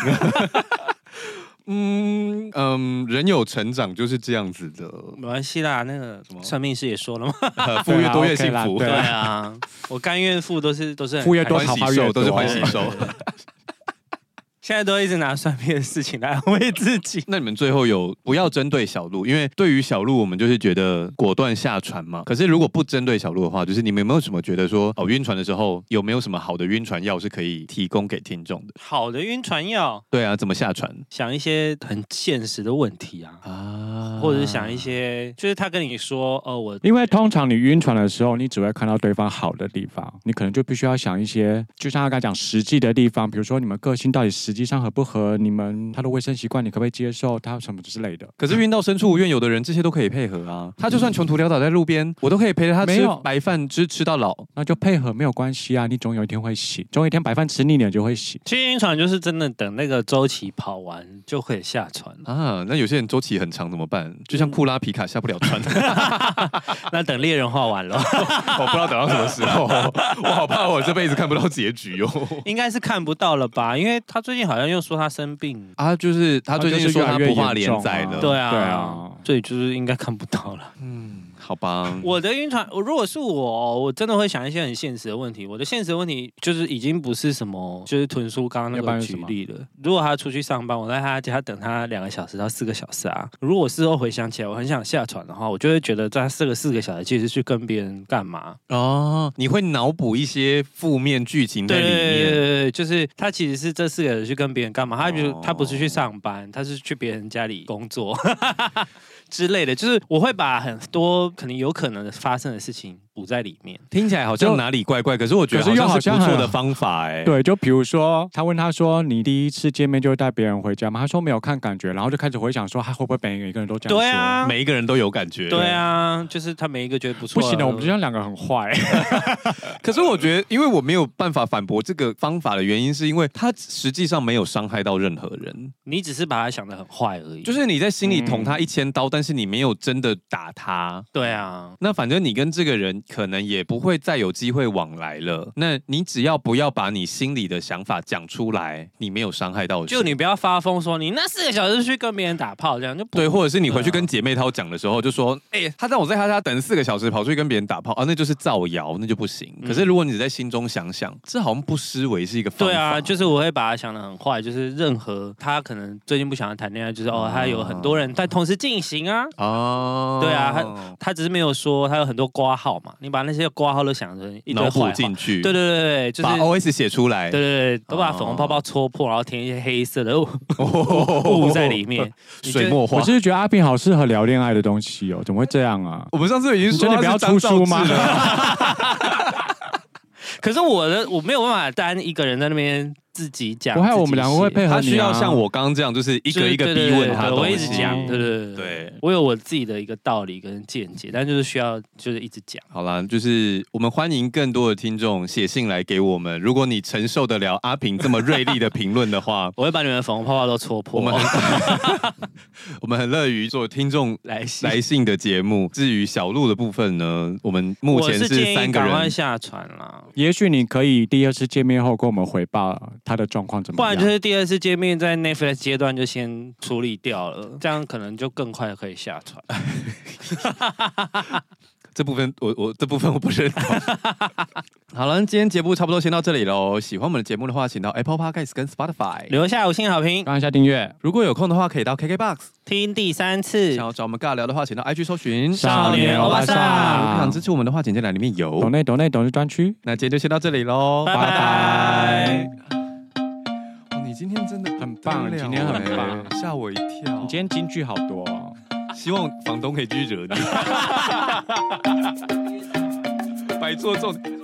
Speaker 4: 嗯嗯，人有成长就是这样子 <laughs> 的，
Speaker 1: <laughs> 没关系啦，那个
Speaker 4: 什么
Speaker 1: 算命师也说了嘛，
Speaker 4: 呃富越多越幸
Speaker 3: 对啊
Speaker 4: 福
Speaker 3: ，OK 啦，对
Speaker 1: 啊，我甘愿付都是都是很
Speaker 3: 富越多
Speaker 1: 开
Speaker 4: 欢
Speaker 1: 心
Speaker 3: 好
Speaker 4: 喜
Speaker 3: 花越
Speaker 4: 受啊都是
Speaker 3: 多
Speaker 4: 欢喜
Speaker 3: <laughs>
Speaker 4: <laughs> 受。
Speaker 1: 对对对现在都一直拿算命的事情来安慰自己，
Speaker 4: 那你们最后有不要针对小鹿，因为对于小鹿，我们就是觉得果断下船嘛。可是如果不针对小鹿的话，就是你们有没有什么觉得说哦，晕船的时候有没有什么好的晕船药是可以提供给听众的？
Speaker 1: 好的晕船药，
Speaker 4: 对啊，怎么下船
Speaker 1: 想一些很现实的问题啊，
Speaker 4: 啊？
Speaker 1: 或者是想一些，就是他跟你说，呃，我
Speaker 3: 因为通常你晕船的时候，你只会看到对方好的地方，你可能就必须要想一些，就像他刚才讲实际的地方，比如说你们个性到底实际上合不合，你们他的卫生习惯你可不可以接受，他什么之类的。
Speaker 4: 可是晕到深处无怨，有的人这些都可以配合 <laughs> 啊。他就算穷途潦倒在路边，我都可以陪着他
Speaker 3: 没
Speaker 4: 吃
Speaker 3: 有
Speaker 4: 白饭，吃吃到老。
Speaker 3: 那就配合没有关系啊，你总有一天会醒，总有一天白饭吃腻了你就会醒。
Speaker 1: 其实晕船就是真的等那个周期跑完就可以下船
Speaker 3: <laughs>
Speaker 1: 了，
Speaker 4: 啊，那有些人周期很长怎么办？就像库拉皮卡下不了 <laughs> 船，
Speaker 1: 那等猎人画完了， <laughs>
Speaker 4: 我不知道等到什么时候， <laughs> 我好怕我这辈子看不到结局哦。
Speaker 1: 应该是看不到了吧？因为他最近好像又说他生病，
Speaker 4: <laughs> 啊，就是他最近说他不画连载了，
Speaker 3: 嗯
Speaker 1: 对啊，
Speaker 3: 对啊
Speaker 1: 所以就是应该看不到了。
Speaker 4: 嗯，好吧，
Speaker 1: 我的晕船，我如果是我，我真的会想一些很现实的问题。我的现实的问题就是已经不是什么，就是屯叔刚刚那
Speaker 3: 要不然
Speaker 1: 个
Speaker 3: 是
Speaker 1: 举
Speaker 3: 什么
Speaker 1: 例了。如果他出去上班，我在他家等他两个小时到四个小时啊。如果事后回想起来，我很想下船的话，我就会觉得在这个四个小时其实去跟别人干嘛？
Speaker 4: 哦，你会脑补一些负面剧情在
Speaker 1: 对
Speaker 4: 里
Speaker 1: 对对
Speaker 4: 面。
Speaker 1: 对，就是他其实是这四个小时去跟别人干嘛？他比如、
Speaker 4: 哦
Speaker 1: 他不是去上班，他是去别人家里工作 <laughs> 之类的。就是我会把很多可能有可能发生的事情补在里面。
Speaker 4: 听起来好像哪里怪怪，可是我觉得
Speaker 3: 可是又
Speaker 4: 好像是
Speaker 3: 好
Speaker 4: 不
Speaker 3: 像
Speaker 4: 错
Speaker 3: 很
Speaker 4: 的方法哎。
Speaker 3: 对，就比如说他问他说你第一次见面就带别人回家吗？他说没有看感觉，然后就开始回想说他会不会每一个人都这样说？
Speaker 1: 对啊
Speaker 4: 每一个人都有感觉。
Speaker 1: 对啊，就是他每一个觉得不错。啊
Speaker 3: 不行的，我们就像两个很坏。
Speaker 4: 可是我觉得，因为我没有办法反驳这个方法的原因，是因为它实际上没有伤害到任何人。
Speaker 1: 你只是把他想的很坏而已。
Speaker 4: 就是你在心里捅
Speaker 1: 嗯
Speaker 4: 他一千刀，但是你没有真的打他。
Speaker 1: 对啊，
Speaker 4: 那反正你跟这个人可能也不会再有机会往来了。那你只要不要把你心里的想法讲出来，你没有伤害到谁
Speaker 1: 就你不要发疯说你那四个小时去跟别人打炮，这样就不
Speaker 4: 对，或者是你回去
Speaker 1: 对啊
Speaker 4: 跟姐妹淘讲的时候，就说：“哎、他让我在他家等四个小时，跑出去跟别人打炮啊，那就是造谣，那就不行。”可是如果你在心中想想，这好像不失为是一个方法。
Speaker 1: 嗯对啊，就是我会把他想的很坏，就是任何他可能最近不想要谈恋爱，就是哦，他有很多人在同时进行啊。
Speaker 4: 哦，
Speaker 1: 对啊他只是没有说，他有很多挂号嘛，你把那些挂号都想成一堆
Speaker 4: 脑
Speaker 1: 坏
Speaker 4: 补
Speaker 1: 话。
Speaker 4: 进去，
Speaker 1: 对对对对，就是
Speaker 4: 把 OS 写出来，
Speaker 1: 对对对，都把粉红泡泡戳破，然后填一些黑色的
Speaker 4: 哦
Speaker 1: 雾雾在里面。
Speaker 4: <laughs>
Speaker 1: 你就
Speaker 4: 水墨画
Speaker 3: 我。就是觉得阿平好适合聊恋爱的东西哦，怎么会这样啊？
Speaker 4: 我们上次已经
Speaker 3: 你
Speaker 4: 说
Speaker 3: 真的
Speaker 4: 他
Speaker 3: 不
Speaker 4: 是
Speaker 3: 要
Speaker 4: 张
Speaker 3: 出
Speaker 4: 兆
Speaker 3: 书
Speaker 4: 志
Speaker 3: 吗？
Speaker 4: 了
Speaker 1: 可是我的我没有办法单一个人在那边自己讲，
Speaker 3: 不
Speaker 4: 啊
Speaker 3: 害我们两个会
Speaker 1: 合
Speaker 3: 配合
Speaker 4: 他
Speaker 3: 你、啊，
Speaker 1: <laughs>
Speaker 4: 需要像我刚刚这样，就是一个一个逼问他
Speaker 1: 我
Speaker 4: 东
Speaker 1: 一直
Speaker 4: 西。
Speaker 1: 讲，对对对
Speaker 4: 嗯对
Speaker 1: 我有我自己的一个道理跟见解，但就是需要就是一直讲。
Speaker 4: 好啦，就是我们欢迎更多的听众写信来给我们。如果你承受得了阿平这么锐利的评论
Speaker 1: <laughs>，
Speaker 4: 的话
Speaker 1: 我会把你们的粉红泡泡都戳破。
Speaker 4: 我们很我们很乐于做听众
Speaker 1: <laughs> 来信
Speaker 4: 来信的节目。至于小鹿的部分呢，我们目
Speaker 1: 我
Speaker 4: 前
Speaker 1: 是建
Speaker 4: 三
Speaker 1: 议
Speaker 4: 个
Speaker 1: 赶快
Speaker 4: 人。
Speaker 1: 下船啦，
Speaker 3: 也许你可以第二次见面后跟我们回报他的状况怎
Speaker 1: 不
Speaker 3: 么
Speaker 1: 然
Speaker 3: 样。
Speaker 1: 就是第二次见面在 Netflix 阶段就先处理掉了，这样可能就更快可以下船。
Speaker 4: 哎这部分我我这部分我不认同。 <laughs> 好了，今天节目差不多先到这里喽。喜欢我们的节目的话，请到 Apple Podcast 跟 Spotify。
Speaker 1: 留下五星好评，
Speaker 3: 按一下订阅。
Speaker 4: 如果有空的话，可以到 KKBox。
Speaker 1: 听第三次
Speaker 4: 想。要找我们尬聊的话，请到 IG 搜寻
Speaker 1: 少年欧巴桑
Speaker 4: 如果想支持我们的话，简介栏里面有
Speaker 3: 懂。内懂内懂内专区。
Speaker 4: 那今天就先到这里喽，
Speaker 1: 拜拜。
Speaker 4: 哦你今天真的
Speaker 3: 很棒
Speaker 4: 得了
Speaker 3: 今天很棒
Speaker 4: 哎吓我一跳。
Speaker 3: 你今天金句好多、哦。
Speaker 4: 希望
Speaker 3: <laughs>
Speaker 4: 房东可以继续惹你，摆错重点。